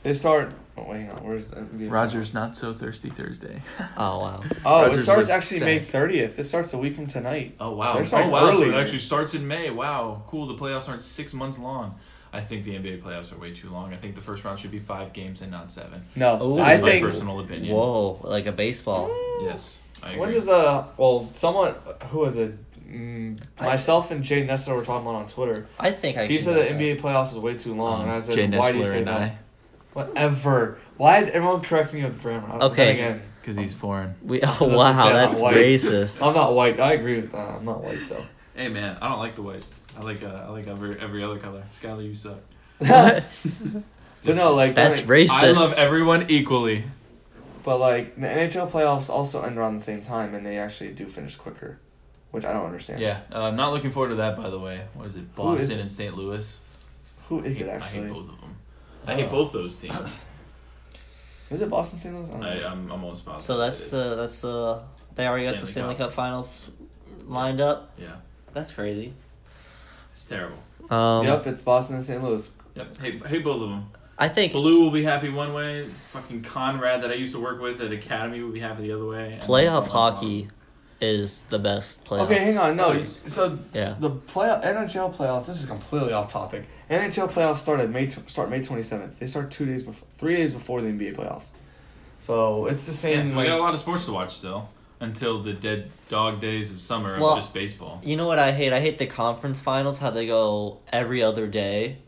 S1: They start. Oh wait, no, where's the NBA?
S3: not so thirsty Thursday.
S2: Oh wow.
S1: Oh, it
S3: Rogers
S1: starts
S3: was
S1: actually May
S2: sick.
S1: thirtieth. It starts a week from tonight.
S3: Oh wow!
S1: They're starting
S3: oh wow! So
S1: earlier.
S3: it actually starts in May. Wow, cool. The playoffs aren't six months long. I think the NBA playoffs are way too long. I think the first round should be five games and not seven.
S1: No,
S2: Ooh.
S1: I
S3: That's Oh, my
S1: think.
S3: personal opinion.
S2: Whoa, like a baseball.
S3: Yes, I agree.
S1: When does the well? Someone who was it? Mm,
S2: I-
S1: myself and Jay Nessler were talking about on Twitter.
S2: I think I.
S1: He
S2: can
S1: said
S2: go
S1: that
S2: with
S1: NBA playoffs is way too long,
S3: Um,
S1: and I said,
S3: Jay
S1: "Why do you
S3: Nestler
S1: say
S3: and
S1: that?"
S3: I,
S1: Whatever. Why is everyone correcting me with grammar? I'm-
S2: Okay.
S1: then Again,
S3: because he's foreign.
S2: We, oh wow,
S1: Yeah,
S2: that's
S1: white.
S2: racist.
S1: I'm not white. I agree with that. I'm not white, so.
S3: Hey man, I don't like the white. I like uh, I like every every other color. Skylar, you suck.
S1: But no, like
S2: That's
S1: like-
S2: racist.
S3: I love everyone equally.
S1: But like the NHL playoffs also end around the same time, and they actually do finish quicker, which I don't understand.
S3: Yeah, uh, I'm not looking forward to that. By the way, what is it?
S1: Who is
S3: Boston
S1: it?
S3: and St. Louis.
S1: Who is it
S3: I hate- I hate
S1: actually? Oh.
S3: both of them. I hate both those teams.
S1: Is it Boston St. Louis? I don't know.
S3: I, I'm almost positive.
S2: So
S3: it
S2: that's
S3: is.
S2: the that's the they already got the
S3: Stanley
S2: Stanley Cup, final lined up.
S3: yeah.
S2: That's crazy.
S3: It's terrible.
S2: Um,
S1: yep, it's Boston and St. Louis.
S3: Yep. Hey, hey, both of them.
S2: I think
S3: Blue will be happy one way. Fucking Conrad that I used to work with at Academy will be happy the other way. and-
S2: playoff hockey is the best playoff.
S1: Okay, hang on. No,
S3: Oh,
S1: you- so
S2: Yeah.
S1: the playoff NHL playoffs. This is completely off topic. NHL playoffs started May tw- start May twenty seventh. They start two days before, three days before the NBA playoffs. So it's the
S3: Yeah,
S1: same.
S3: so we
S1: like,
S3: got a lot of sports to watch still until the dead dog days of summer
S2: Well-
S3: of just baseball.
S2: You know what I hate? I hate the conference finals. How they go every other day.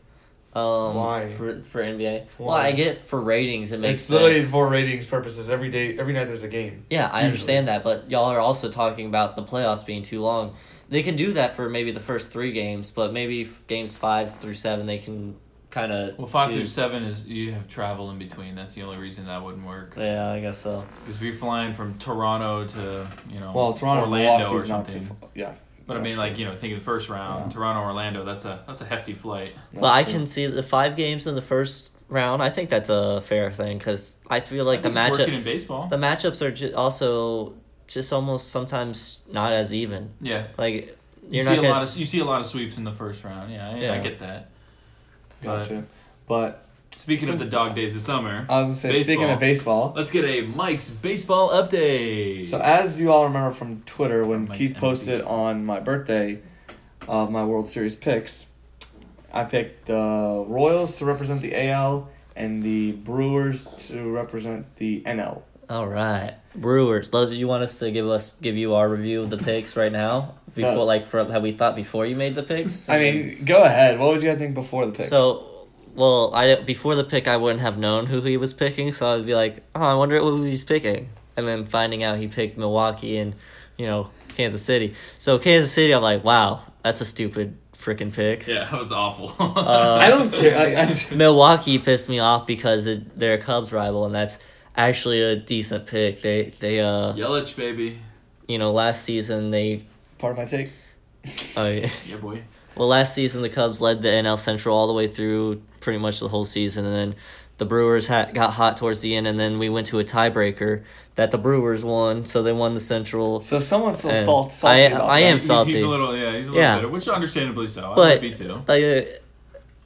S2: Um,
S1: Why?
S2: for for NBA? Well,
S1: Why?
S2: I get for ratings. It makes
S1: it's literally
S2: sense.
S1: for ratings purposes. Every day, every night there's a game.
S2: Yeah, I
S1: Usually.
S2: understand that, but y'all are also talking about the playoffs being too long. They can do that for maybe the first three games, but maybe f- games five through seven they can kind of.
S3: Well, five through seven is you have travel in between. That's the only reason that wouldn't work.
S2: Yeah, I guess so.
S3: Because if you're flying from Toronto to you know
S1: Well, Toronto,
S3: Orlando or
S1: Milwaukee's not too.
S3: something.
S1: Far. Yeah,
S3: But I mean, like you know, think of the first round,
S1: Yeah.
S3: Toronto, Orlando. That's a that's a hefty flight.
S1: That's
S2: but I
S1: true.
S2: can see the five games in the first round. I think that's a fair thing because I feel like
S3: I
S2: the
S3: think it's working
S2: matchup,
S3: in baseball.
S2: the matchups are ju- also just almost sometimes not as even.
S3: yeah,
S2: Like
S3: you
S2: you're
S3: see
S2: not
S3: a
S2: gonna.
S3: lot
S2: s-
S3: of you see a lot of sweeps in the first round. Yeah, I, I
S2: Yeah.
S3: get that.
S1: Gotcha. But
S3: Speaking of the dog days of summer,
S1: I was gonna say, speaking of baseball,
S3: let's get a Mike's baseball update.
S1: Uh, so as you all remember from Twitter, when
S3: Mike's
S1: Keith
S3: MVP.
S1: posted on my birthday of my World Series picks, I picked the Royals to represent the AL and the Brewers to represent the NL.
S2: All right, Brewers. Those you want us to give us give you our review of the picks right now before
S1: No.
S2: like for how we thought before you made the picks.
S1: I mean, go ahead. What would you guys think before the pick?
S2: so well, I before the pick I wouldn't have known who he was picking, so I would be like, oh, I wonder who he's picking, and then finding out he picked Milwaukee and you know Kansas City. So Kansas City, I'm like, wow, that's a stupid freaking pick.
S3: yeah, that was awful.
S2: Uh,
S1: I don't care. I, I,
S2: Milwaukee pissed me off because it, they're a Cubs rival, and that's actually a decent pick. They they uh
S3: Yelich, baby.
S2: you know last season they.
S1: part of my take.
S2: Uh,
S3: Yeah, boy.
S2: Well, last season the Cubs led the NL Central all the way through pretty much the whole season, and then the Brewers ha- got hot towards the end, and then we went to a tiebreaker that the Brewers won, so they won the Central.
S1: So someone's still
S2: And
S1: salt, salty.
S2: I-
S1: about
S2: I
S1: that.
S2: am
S3: He's-
S2: salty.
S3: He's a little, yeah, he's a little
S2: Yeah.
S3: bitter, which understandably so. I
S2: But
S3: would be too.
S2: like, uh,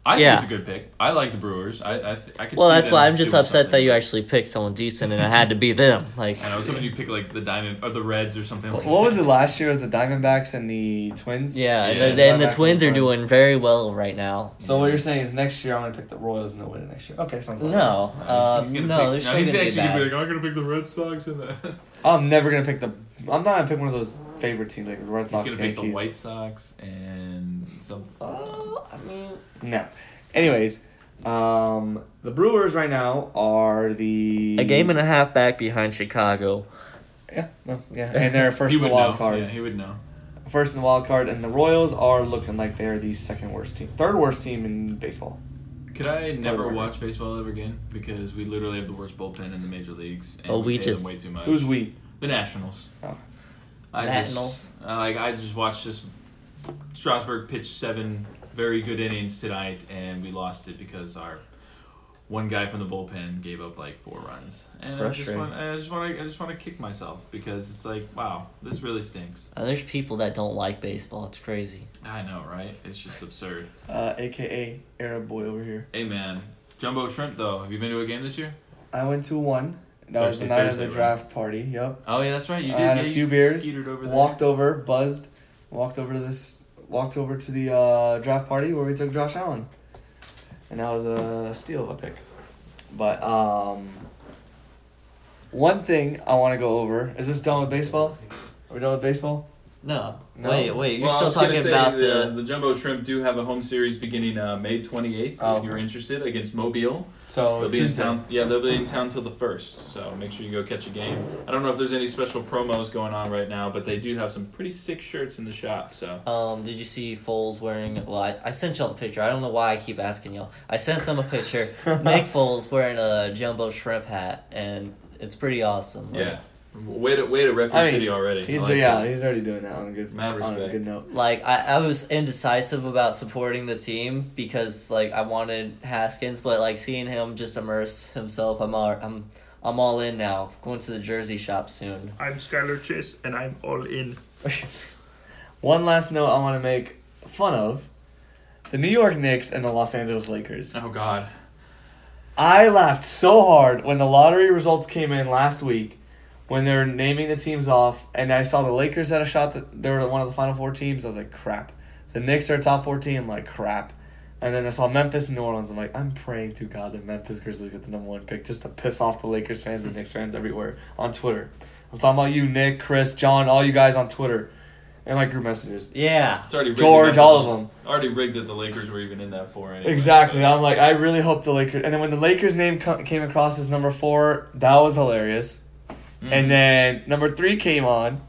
S3: I think
S2: yeah.
S3: it's a good pick. I like the Brewers. I, I, th- I could.
S2: well,
S3: see
S2: that's
S3: them
S2: why I'm just
S3: doing
S2: upset that
S3: something.
S2: you actually picked someone decent, and it had to be them. Like,
S3: I know something you pick like the diamond or the Reds or something. Like
S1: What was it last year? Was the Diamondbacks and the Twins?
S2: yeah, and
S3: Yeah,
S2: the- and the
S1: Diamondbacks
S2: Twins are
S1: and Twins.
S2: doing very well right now.
S1: So what you're saying is next year I'm gonna pick the Royals and they'll win it next year. Okay, sounds good.
S2: No, uh,
S3: He's gonna
S2: no,
S3: pick-
S2: they're still
S3: he's
S2: gonna be
S3: actually gonna
S2: bad.
S3: be like, I'm gonna pick the Red Sox and the.
S1: I'm never gonna pick the. I'm not gonna pick one of those favorite teams like the Red
S3: He's
S1: Sox,
S3: gonna pick
S1: Yankees.
S3: the White Sox and some.
S2: Oh, I mean,
S1: No. Anyways, um, the Brewers right now are the
S3: oh,
S2: a game and a half back behind Chicago.
S1: yeah, no, yeah, and they're first
S3: he
S1: in the
S3: would
S1: wild
S3: know.
S1: card.
S3: Yeah, he would know.
S1: First in the wild card, and the Royals are looking like they are the second worst team, third worst team in baseball.
S3: Could I never
S1: Whatever.
S3: watch baseball ever again? Because we literally have the worst bullpen in the major leagues. And
S2: Oh, we
S3: pay
S2: just-
S3: them way too much.
S1: Who's we?
S3: the Nationals?
S1: Oh.
S3: I
S2: Nationals.
S3: Just, I, like I just watched this. Strasburg pitched seven very good innings tonight, and we lost it because our one guy from the bullpen gave up like four runs. And
S2: Frustrating.
S3: I just want, I just want to, I just want to kick myself because it's like, wow, this really stinks.
S2: Uh, there's people that don't like baseball. It's crazy.
S3: I know, right? It's just absurd.
S1: Uh, AKA Arab boy over here.
S3: Hey, man, Jumbo Shrimp though. Have you been to a game this year?
S1: I went to one. That was the
S3: Thursday,
S1: night
S3: Thursday,
S1: of
S3: right?
S1: the draft party. Yep.
S3: Oh yeah, that's right. You
S1: I
S3: did.
S1: had
S3: yeah,
S1: a
S3: you
S1: few beers,
S3: skeetered over there.
S1: walked over, buzzed, walked over to this, walked over to the uh, draft party where we took Josh Allen, and that was a steal of a pick. But um, one thing I want to go over is this done with baseball? Are we done with baseball?
S2: No,
S1: No.
S2: wait, wait. You're
S3: Well, I
S2: still
S3: was gonna
S2: talking
S3: say
S2: about
S3: the,
S2: the.
S3: the Jumbo Shrimp do have a home series beginning uh, May 28th
S1: Oh.
S3: if you're interested against Mobile.
S1: So
S3: they'll be in
S1: Tuesday.
S3: town. Yeah, they'll be in town till the first. So make sure you go catch a game. I don't know if there's any special promos going on right now, but they do have some pretty sick shirts in the shop. So
S2: Um, did you see Foles wearing? Well, I, I sent y'all the picture. I don't know why I keep asking y'all. I sent them a picture. Nick Foles wearing a jumbo shrimp hat, and it's pretty awesome. Like,
S3: yeah, way to way to rep your
S1: I mean,
S3: city already. I
S1: He's
S3: like
S1: yeah,
S3: that.
S1: he's already doing that on a good
S3: Mad
S1: on a
S3: respect.
S1: good note.
S2: Like I, I was indecisive about supporting the team because like I wanted Haskins, but like seeing him just immerse himself, I'm all, I'm I'm all in now. Going to the jersey shop soon.
S4: I'm Skylar Chase, and I'm all in.
S1: One last note I want to make fun of. The New York Knicks and the Los Angeles Lakers.
S3: Oh God.
S1: I laughed so hard when the lottery results came in last week when they were naming the teams off and I saw the Lakers had a shot that they were one of the final four teams. I was like, crap. The Knicks are a top four team. I'm like, crap. And then I saw Memphis and New Orleans. I'm like, I'm praying to God that Memphis Grizzlies get the number one pick just to piss off the Lakers fans and Knicks fans everywhere on Twitter. I'm talking about you, Nick, Chris, John, all you guys on Twitter and my group messages.
S2: Yeah.
S3: It's already rigged
S1: George,
S3: that the-
S1: all of them.
S3: Already rigged that the Lakers were even in that four. Anyway,
S1: Exactly.
S3: So-
S1: I'm like, I really hope the Lakers. And then when the Lakers name co- came across as number four, that was hilarious.
S3: Mhm.
S1: And then number three came on,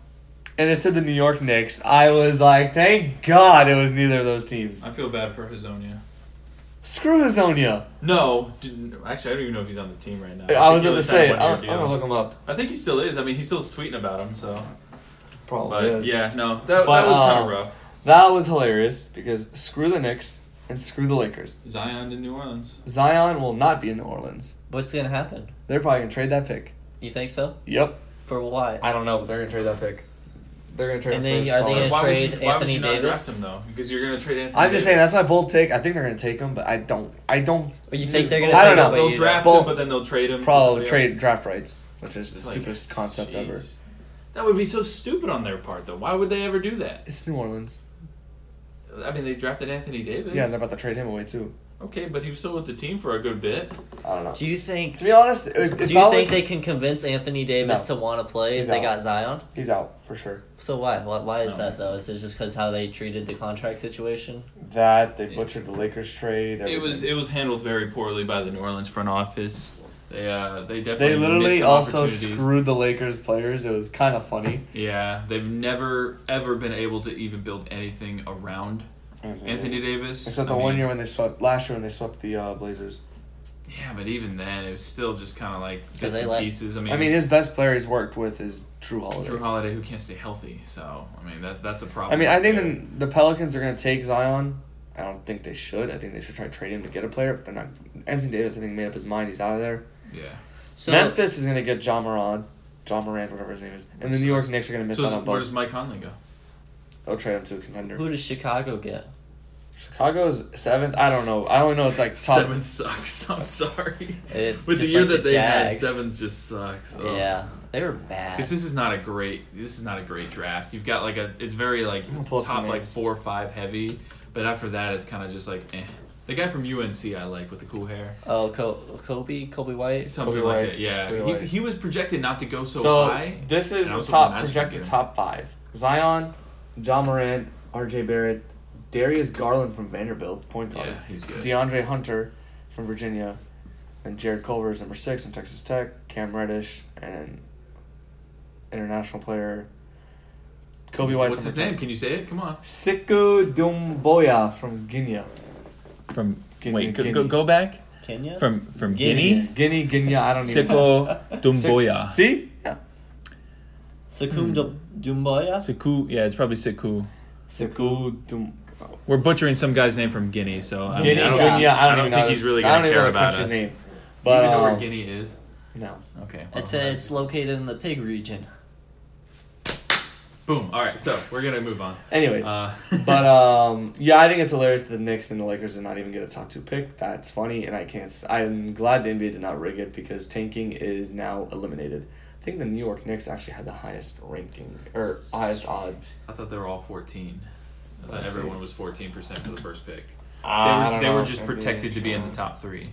S1: and it said the New York Knicks. I was like, thank God it was neither of those teams.
S3: I feel bad for Hazonia.
S1: Screw Hazonia.
S3: No, didn't- actually, I don't even know if he's on the team right now.
S1: I, was
S3: think he
S1: going to
S3: only signed
S1: say,
S3: one
S1: I'm,
S3: year
S1: I'm going to
S3: deal.
S1: look him up.
S3: I think he still is. I mean, he still's tweeting about him. So,
S1: Probably.
S3: but
S1: Oh, is.
S3: yeah, no, that,
S1: But,
S3: that was kind
S1: um,
S3: of rough.
S1: That was hilarious because screw the Knicks and screw the Lakers.
S3: Zion to New Orleans.
S1: Zion will not be in New Orleans.
S2: What's gonna happen?
S1: They're probably going to trade that pick.
S2: You think so?
S1: Yep.
S2: For what?
S1: I don't know, but they're going to trade that pick. They're going to trade
S2: And then
S1: it for a
S2: are they
S1: star.
S2: gonna
S3: why would
S2: trade
S3: you, why would
S2: Anthony
S3: you
S2: Davis?
S3: not draft him though? Because you're gonna trade Anthony.
S1: I'm just saying
S3: Davis.
S1: that's my bold take. I think they're gonna take him, but I don't. I don't
S2: Well, you think they're gonna?
S1: I don't
S2: take
S1: know.
S2: away
S3: They'll
S2: you-
S3: draft
S1: Well,
S3: him, but then they'll trade him. to
S1: probably
S3: somebody
S1: trade
S3: else.
S1: draft rights, which is the
S3: It's like,
S1: stupidest concept
S3: jeez.
S1: ever.
S3: That would be so stupid on their part, though. Why would they ever do that?
S1: It's New Orleans.
S3: I mean, they drafted Anthony Davis.
S1: Yeah, and they're about to trade him away too.
S3: Okay, but he was still with the team for a good bit.
S1: I don't know.
S2: Do you think?
S1: To be honest, if, if
S2: Do you
S1: I
S2: think
S1: was-
S2: they can convince Anthony Davis to want to play if
S1: He's
S2: they
S1: out.
S2: got Zion?
S1: he's out for sure?
S2: So why? Why, why is
S3: No.
S2: that though? Is it just because how they treated the contract situation?
S1: That they
S3: Yeah.
S1: butchered the Lakers trade.
S3: It was it was handled very poorly by the New Orleans front office. They uh they definitely
S1: They
S3: missed
S1: literally
S3: some
S1: also
S3: opportunities.
S1: screwed the Lakers players. It was kind of funny.
S3: Yeah, they've never ever been able to even build anything around Anthony Davis.
S1: Except the
S3: I
S1: one
S3: mean,
S1: year when they swept last year when they swept the uh, Blazers.
S3: Yeah, but even then, it was still just kind of like bits
S2: they
S3: and
S2: let-
S3: pieces. I mean,
S1: I mean, his best player he's worked with is Drew Holiday.
S3: Drew Holiday, who can't stay healthy, so I mean that that's a problem.
S1: I mean, I
S3: Yeah.
S1: think the, the Pelicans are going to take Zion I don't think they should. I think they should try to trade him to get a player. But not Anthony Davis. I think made up his mind. He's out of there.
S3: Yeah.
S2: So
S1: Memphis is gonna get John Moran, John Moran, whatever his name is, and the New York Knicks are gonna miss
S3: So
S1: out on
S3: where does
S1: both.
S3: Mike Conley go?
S1: They'll trade him to a contender.
S2: who does Chicago get?
S1: Chicago's seventh. I don't know. I only know it's like top.
S3: Seven sucks. I'm sorry.
S2: It's
S3: But the
S2: just
S3: year
S2: like
S3: that
S2: the
S3: they had
S2: Jags.
S3: seven just sucks. Oh. Ugh.
S2: Yeah, they were bad.
S3: Because this is not a great this is not a great draft. You've got like a it's very like
S1: I'm gonna pull up some
S3: top like
S1: names.
S3: four or five heavy, but after that it's kind of just like eh. The guy from UNC I like with the cool hair,
S2: oh, Co- Kobe, Kobe White.
S3: something
S1: Kobe
S3: like
S1: White.
S3: that. Yeah,
S1: Kobe
S3: he,
S1: White.
S3: he was projected not to go so,
S1: So,
S3: high.
S1: this is
S3: And I
S1: the
S3: was hoping
S1: top
S3: Magic would
S1: projected
S3: get him.
S1: top five: Zion, John Morant, R.J. Barrett, Darius Garland from Vanderbilt, point guard,
S3: Yeah, he's good.
S1: DeAndre Hunter from Virginia, and Jared Culver is number six from Texas Tech, Cam Reddish, and international player Kobe White.
S3: What's his name? Can you say it? Come on.
S1: Siku Dumboya from Guinea.
S5: From
S1: Guinea,
S5: wait, go,
S1: Guinea.
S5: go, go back
S2: Kenya.
S5: from from Guinea.
S2: Guinea.
S1: Guinea, Guinea. I don't even know.
S5: Siko Dumboya.
S1: See? Yeah. Hmm.
S2: Sakum Dum- Dumboya.
S5: Siku, yeah, it's probably Siku.
S1: Siku Dum.
S5: We're butchering some guy's name from Guinea, so I, mean,
S1: Guinea,
S5: I don't
S2: Guinea.
S5: think-
S1: Guinea. I don't,
S3: I don't
S1: even
S3: think
S1: know
S3: he's
S1: this-
S3: really
S1: I
S3: gonna
S1: don't even
S3: care
S1: know the
S3: about
S1: country's
S3: us.
S1: Name.
S3: Do you
S1: But
S3: even know where
S1: um,
S3: Guinea is?
S1: no.
S3: Okay. well,
S2: It's a, it's located in the pig region.
S3: boom. All right, so we're gonna move on.
S1: Anyways,
S3: Uh,
S1: but um, yeah, I think it's hilarious that the Knicks and the Lakers did not even get a top two pick. That's funny, and I can't. s- I'm glad the NBA did not rig it because tanking is now eliminated. I think the New York Knicks actually had the highest ranking or highest odds.
S3: I thought they were all 14. I thought
S1: Let's see.
S3: everyone was 14% for the first pick. They
S1: I
S3: were,
S1: don't
S3: they
S1: know
S3: were
S1: if
S3: just
S1: NBA
S3: protected to be in
S1: tried.
S3: the top three.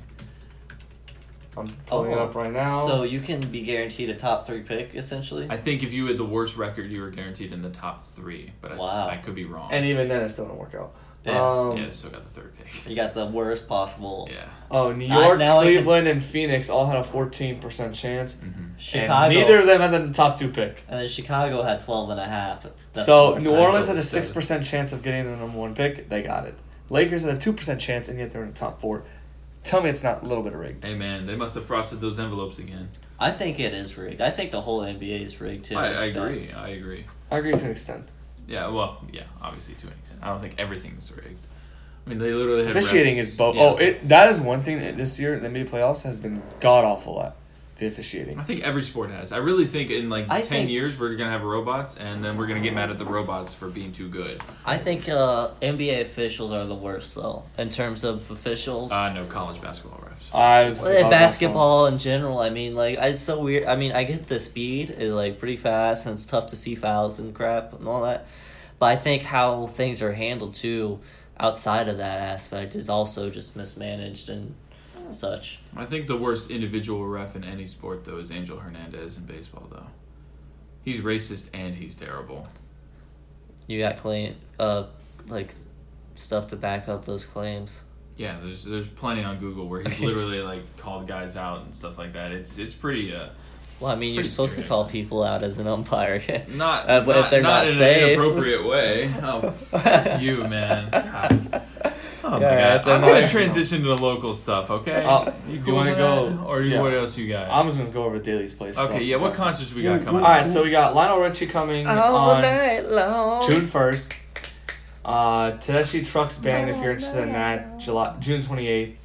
S1: I'm pulling it
S2: Oh.
S1: up right now.
S2: So you can be guaranteed a top three pick essentially.
S3: I think if you had the worst record, you were guaranteed in the top three. But
S2: Wow.
S3: I, I could be wrong.
S1: and even then, it still didn't work out.
S2: Yeah.
S1: Um,
S3: yeah, still got the third pick.
S2: You got the worst possible.
S3: Yeah.
S1: Oh, New
S2: Now-
S1: York,
S2: now I can
S1: Cleveland, and Phoenix all had a fourteen percent chance.
S3: Mm-hmm.
S2: Chicago.
S1: And neither of them had the top two pick.
S2: And then Chicago had 12 and a half. That's
S1: so
S2: the
S1: New
S2: worst.
S1: Orleans
S3: go
S1: had a
S3: with
S1: six percent chance of getting the number one pick. They got it. Lakers had a two percent chance, and yet they're in the top four. Tell me it's not a little bit rigged.
S3: Hey man, they must have frosted those envelopes again.
S2: I think it is rigged. I think the whole NBA is rigged too.
S3: I, I agree. I agree.
S1: I agree to an extent.
S3: Yeah. Well, yeah. Obviously, to an extent, I don't think everything's rigged. I mean, they literally had
S1: Officiating
S3: refs-
S1: is both.
S3: yeah.
S1: Oh, it that is one thing that this year the NBA playoffs has been god awful at the officiating.
S3: I think every sport has. I really think in like
S2: I
S3: ten
S2: think-
S3: years we're gonna have robots, and then we're gonna get mad at the robots for being too good.
S2: I think uh, NBA officials are the worst though in terms of officials.
S3: Uh, no, college basketball refs.
S1: I was just
S2: Well,
S1: talking about
S2: basketball in general. I mean, like it's so weird. I mean, I get the speed is like pretty fast, and it's tough to see fouls and crap and all that. But I think how things are handled too, outside of that aspect, is also just mismanaged and such.
S3: I think the worst individual ref in any sport though is Angel Hernandez in baseball though. He's racist and he's terrible.
S2: You got claim, uh, like stuff to back up those claims.
S3: Yeah, there's there's plenty on Google where he's literally like called guys out and stuff like that. It's it's pretty uh
S2: Well, I mean, you're
S3: Pretty
S2: supposed to
S3: scary,
S2: call
S3: actually.
S2: people out as an umpire.
S3: not
S2: Uh, but
S3: not,
S2: if they're
S3: not,
S2: not
S3: in
S2: safe.
S3: an inappropriate way. Oh, fuck you man. God.
S2: Yeah,
S3: Oh my god.
S2: they're
S3: I'm gonna
S2: not-
S3: transition to local stuff, okay?
S1: Oh,
S3: you
S1: you
S3: cool
S1: wanna
S3: with
S1: go-
S3: that? Or you-
S1: yeah.
S3: what else you got?
S1: I'm just gonna go over Daly's place.
S3: okay, yeah. What concerts we got
S1: All
S3: coming?
S1: right, so we got Lionel Richie coming
S2: Oh,
S1: on
S2: long.
S1: June first. Uh, Tedeschi Trucks Band, if you're interested in that, July June twenty eighth.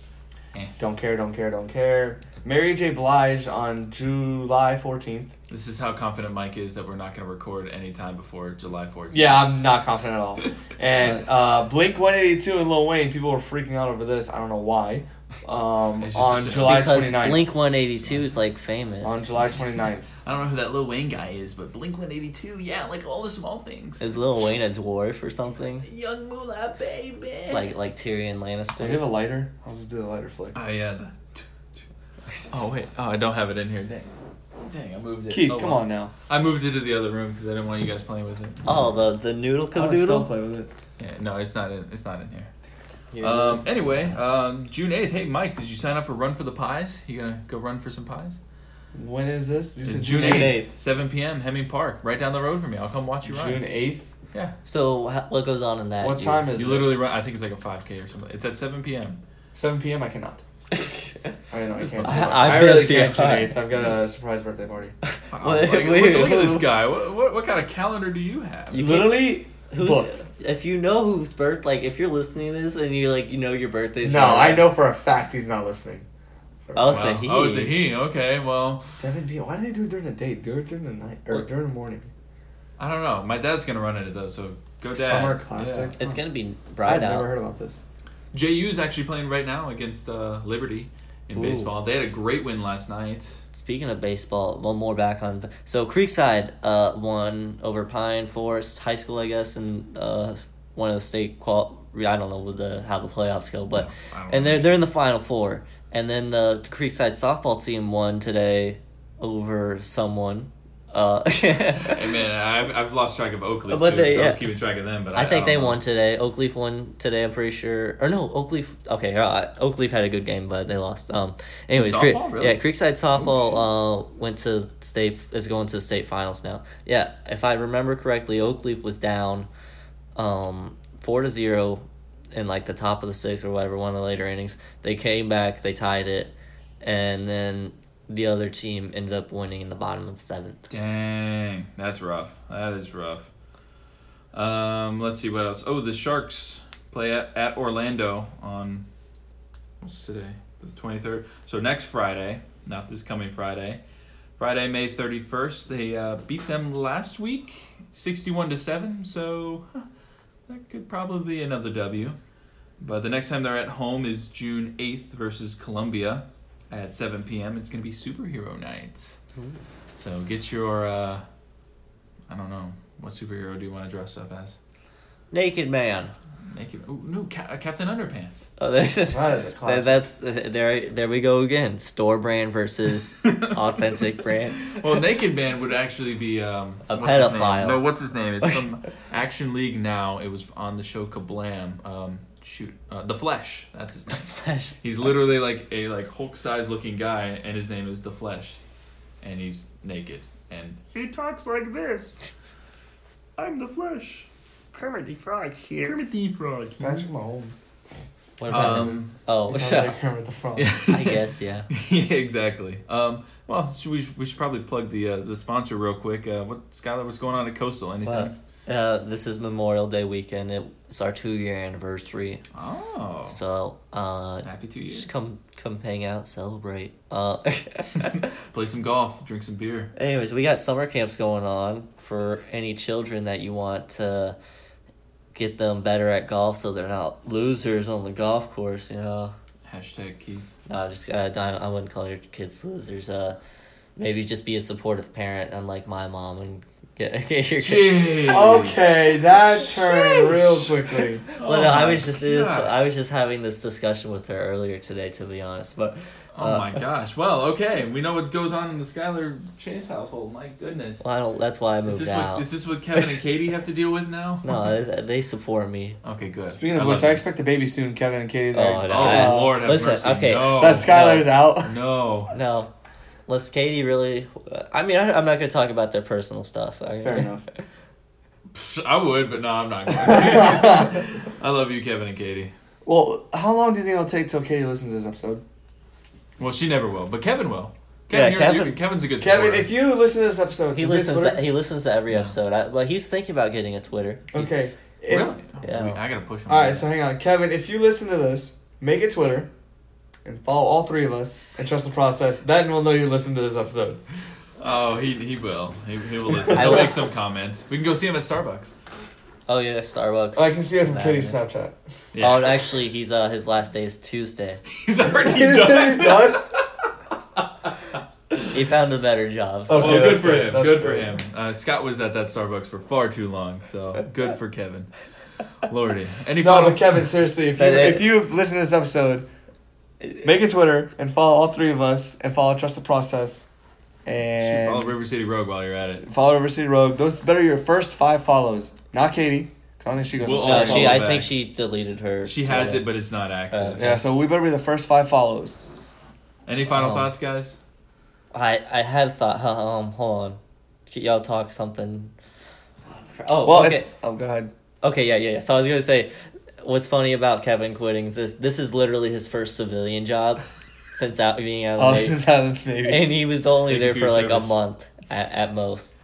S3: Eh.
S1: Don't care, don't care, don't care. Mary J. Blige on July fourteenth.
S3: This is how confident Mike is that we're not gonna record any time before July 4th.
S1: Yeah, I'm not confident at all. And uh, Blink One Eighty Two and Lil Wayne, people were freaking out over this. I don't know why. Um,
S3: It's just
S1: on
S3: a-
S1: July
S2: because
S1: 29th.
S2: Blink 182 is like famous.
S1: on July 29th.
S3: I don't know who that Lil Wayne guy is, but Blink 182, yeah, like all the small things.
S2: Is Lil Wayne a dwarf or something?
S3: Young Moolah, baby.
S2: Like like Tyrion
S1: Do you have a
S2: Lannister?
S1: lighter? I was gonna do the lighter flick.
S3: oh yeah. The... Oh wait. Oh, I don't have it in here. Dang. Dang, I moved it.
S1: Keith,
S3: Oh,
S1: come
S3: well.
S1: on now.
S3: I moved it to the other room because I didn't want you guys playing with it.
S2: Oh, the the noodle
S1: I
S2: come
S1: would still
S2: doodle.
S1: play with it.
S3: Yeah, no, it's not in. It's not in here.
S2: Yeah.
S3: Um. Anyway, um, June eighth. Hey, Mike, did you sign up for Run for the Pies? You gonna go run for some pies?
S1: When is this? You said
S3: June
S2: June
S3: eighth,
S2: 8th.
S3: seven p.m. Hemming Park, right down the road from me. I'll come watch you run.
S1: June eighth.
S3: Yeah.
S2: So ha- what goes on in that?
S1: What
S2: dude?
S1: time is
S3: You
S1: it?
S3: literally run. I think it's like a five k or something. It's at seven p.m.
S1: 7 p.m. I cannot. I know I can't. do that.
S2: I-
S1: I,
S2: I
S1: really
S2: bet you
S1: can't. June
S2: can't.
S1: 8th. I've got a surprise birthday party.
S3: Wow,
S2: Wait,
S3: like, look,
S2: wait,
S3: look at this
S2: who-
S3: guy. What, what what kind of calendar do you have?
S2: You
S1: literally,
S2: Who's
S1: booked.
S2: if you know whose birth like if you're listening to this and you like you know your birthday's
S1: No,
S2: right-
S1: I know for a fact he's not listening.
S2: Oh, it's
S3: Wow.
S2: a he.
S3: Oh, it's a he. Okay, well,
S1: 7 p.m. Why do they do it during the day? Do it during the night or
S2: Look.
S1: during the morning.
S3: I don't know. My dad's gonna run into those, so go dad.
S1: Summer
S3: Yeah.
S1: classic.
S2: It's gonna be
S1: I've
S2: bright out.
S1: never heard about this.
S3: JU's actually playing right now against uh, Liberty in
S2: Ooh.
S3: baseball. They had a great win last night.
S2: Speaking of baseball, one more back on. So Creekside uh, won over Pine Forest High School, I guess, and uh, one of the state qual. I don't know with the how the playoffs go, but
S3: I don't
S2: and they're
S3: know.
S2: they're in the final four. And then the Creekside softball team won today over someone. Uh,
S3: Hey man, I've, I've lost track of Oakley.
S2: But
S3: too,
S2: they-
S3: so I was
S2: yeah.
S3: keeping track of them, but I,
S2: I think
S3: don't
S2: they
S3: know.
S2: won today. Oakleaf won today. I'm pretty sure. Or no, Oakleaf. Okay, uh, Oakleaf had a good game, but they lost. Um. Anyways, Cre-
S3: Softball? Really? Oh,
S2: yeah, Creekside softball uh went to state is going to the state finals now. Yeah, if I remember correctly, Oakleaf was down, um, four to zero, in like the top of the sixth or whatever, one of the later innings. They came back, they tied it, and then the other team ended up winning in the bottom of the seventh.
S3: Dang, that's rough. That is rough. Um, let's see what else. Oh, the Sharks play at, at Orlando on what's today, the twenty third. So next Friday, not this coming Friday, Friday May thirty first. They uh, beat them last week, sixty one to seven. So huh, that could probably be another W. But the next time they're at home is June eighth versus Columbia at seven p.m. It's gonna be superhero night. So get your, uh, I don't know, what superhero do you want to dress up as?
S2: Naked man.
S3: Make it. Ooh, no, Cap- uh, Captain Underpants.
S2: Oh, that's
S1: That is a classic.
S2: that's uh, there. There we go again. Store brand versus authentic brand.
S3: Well, Naked Man would actually be um,
S2: A
S3: what's his name?
S2: pedophile.
S3: No, what's his name? It's from Action League now. It was on the show Kablam. Um, shoot, uh, The Flesh. That's his name. He's literally like a like Hulk size looking guy, and his name is The Flesh, and he's naked. And
S4: He talks like this. I'm the Flesh. Kermit the Frog here. Kermit the Frog.
S1: Patrick Mahomes.
S2: What about him?
S3: um,
S2: Oh,
S1: He sounds like Kermit the Frog.
S2: I guess yeah.
S3: yeah, exactly. Um, well, should we we should probably plug the uh, the sponsor real quick. Uh, what Skylar, what's going on at Coastal? Anything?
S2: But uh, this is Memorial Day weekend. It, it's our two year anniversary.
S3: Oh,
S2: So uh,
S3: happy two years.
S2: just come come hang out, celebrate. Uh,
S3: Play some golf, drink some beer.
S2: anyways, we got summer camps going on for any children that you want to get them better at golf, so they're not losers on the golf course. You know.
S3: Hashtag Keith.
S2: No, just uh, I, I wouldn't call your kids losers. Uh, maybe just be a supportive parent, unlike my mom, and get, get your kids.
S3: Jeez.
S1: Okay, that turned real quickly.
S2: Well, no, I
S3: Oh my
S2: was just it was,
S3: gosh.
S2: I was just having this discussion with her earlier today, to be honest. But
S3: Oh
S2: uh,
S3: my gosh. Well, okay. We know what goes on in the Skylar Chase household. My goodness.
S2: well, I don't. That's why I
S3: Is
S2: moved
S3: this,
S2: out.
S3: what, is this what Kevin and Katie have to deal with now?
S2: no, they, they support me.
S3: Okay, good.
S1: Speaking of
S3: love
S1: which, I
S3: you.
S1: expect a baby soon, Kevin and Katie.
S2: Oh,
S1: There.
S2: no.
S3: Oh,
S1: Uh,
S3: Lord Oh, have
S2: listen,
S3: mercy.
S2: okay.
S3: No.
S1: That's Skylar's out.
S3: No.
S2: No, unless Katie really. I mean, I, I'm not gonna talk about their personal stuff. I-
S1: Fair enough.
S3: Psh, I would, but no, I'm not going to. I love you, Kevin and Katie.
S1: Well, how long do you think it'll take till Katie listens to this episode?
S3: Well, she never will, but Kevin will.
S2: Yeah,
S3: Kevin, you're-
S2: Kevin-
S3: you're- Kevin's a good
S1: Kevin,
S3: supporter.
S1: if you listen to this episode,
S2: He
S1: is this
S2: listens.
S1: what
S2: To,
S1: it-
S2: he listens to every
S3: No.
S2: episode. I, well, he's thinking about getting a Twitter.
S1: Okay. If,
S3: really?
S2: Yeah.
S3: We- I gotta push him.
S1: All right, so hang on, Kevin. If you listen to this, make a Twitter, and follow all three of us, and trust the process. Then we'll know you listened to this episode.
S3: oh, he he will. He, he will listen.
S2: I
S3: He'll
S2: will.
S3: make some comments. We can go see him at Starbucks.
S2: Oh yeah, Starbucks.
S1: Oh, I can see it from
S2: Nah,
S1: Katie's
S2: man.
S1: Snapchat.
S3: Yeah.
S2: Oh, and actually, he's uh his last day is Tuesday.
S3: He's already
S1: He's
S3: done.
S1: done.
S2: He found a better job. So.
S1: Oh.
S3: Well,
S1: Okay,
S3: good
S1: that's
S3: for
S1: good.
S3: him.
S1: That's
S3: Good for
S1: good.
S3: him. Uh, Scott was at that Starbucks for far too long, so good for Kevin. Lordy. Any
S1: No,
S3: final
S1: but Kevin, seriously, if you
S2: That it-
S1: if you listen to this episode, make a Twitter and follow all three of us, and follow trust the process,
S3: Shoot,
S1: and
S3: Follow River City Rogue while you're at it.
S1: follow River City Rogue. Those better your first five follows, not Katie. 'cause I don't think she goes.
S3: We'll
S1: on
S2: No,
S1: Twitter.
S3: all
S2: she.
S3: follow
S2: I
S3: back.
S2: think she deleted her.
S3: She has
S2: Twitter.
S3: it, but it's not active.
S1: Uh, yeah, so we better be the first five follows.
S3: Any final
S2: Um,
S3: thoughts, guys?
S2: I I had thought. huh, Um, hold on. Should Y'all talk something. Oh,
S1: Well,
S2: okay.
S1: if- oh, go ahead.
S2: Okay, yeah, yeah, yeah. So I was gonna say, what's funny about Kevin quitting is this? This is literally his first civilian job since out being out of
S1: Oh,
S2: the
S1: this
S2: Navy,
S1: is how this maybe.
S2: and he was only
S3: Thank
S2: there
S3: you
S2: for
S3: for
S2: like
S3: your service.
S2: a month at, at most.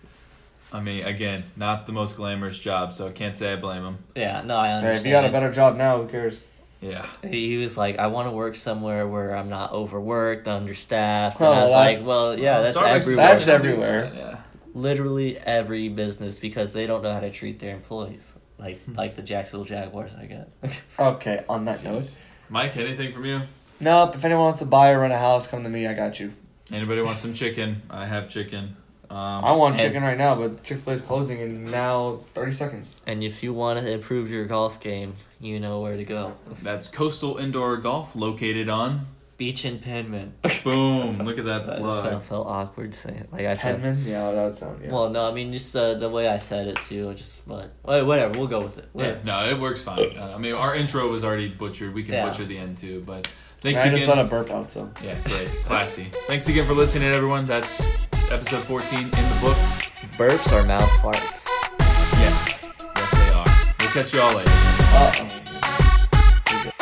S3: I mean, again, not the most glamorous job, so I can't say I blame him.
S2: Yeah, no, I
S1: Hey,
S2: understand.
S1: if you got a
S2: It's-
S1: better job now, who cares?
S3: Yeah.
S2: he was like, I want to work somewhere where I'm not overworked, understaffed.
S1: Oh,
S2: and I was
S1: well,
S2: like, well, yeah, that's
S3: Starbucks-
S2: everywhere.
S1: That's
S3: Yeah,
S1: everywhere.
S3: Yeah.
S2: Literally every business because they don't know how to treat their employees. Like
S1: Hmm.
S2: like the Jacksonville Jaguars, I guess.
S1: Okay, on that note.
S3: Mike, anything from you?
S1: Nope, if anyone wants to buy or rent a house, come to me, I got you.
S3: Anybody want some chicken? I have chicken.
S1: I
S3: Um,
S1: want
S2: And-
S1: chicken right now, but Chick fil A is closing in now 30 seconds.
S2: and if you want to improve your golf game, you know where to go.
S3: that's Coastal Indoor Golf, located on.
S2: Beach and Penman.
S3: Boom! Look at that
S2: I felt,
S3: plug.
S2: felt awkward saying it. Like I felt,
S1: Penman? Yeah, that would sound, yeah.
S2: Well, no, I mean just uh, the way I said it too. Just but wait, whatever. We'll go with it.
S3: Yeah,
S2: Whatever.
S3: no, it works fine. Uh, I mean, our intro was already butchered. We can
S2: Yeah.
S3: butcher the end too, but
S1: And
S3: thanks
S1: I just let
S3: again.
S1: a burp out, so.
S3: Yeah, great, classy. thanks again for listening, everyone. That's episode fourteen in the books.
S2: Burps are mouth farts.
S3: Yes, yes, they are. We'll catch you all later.
S1: Uh-oh.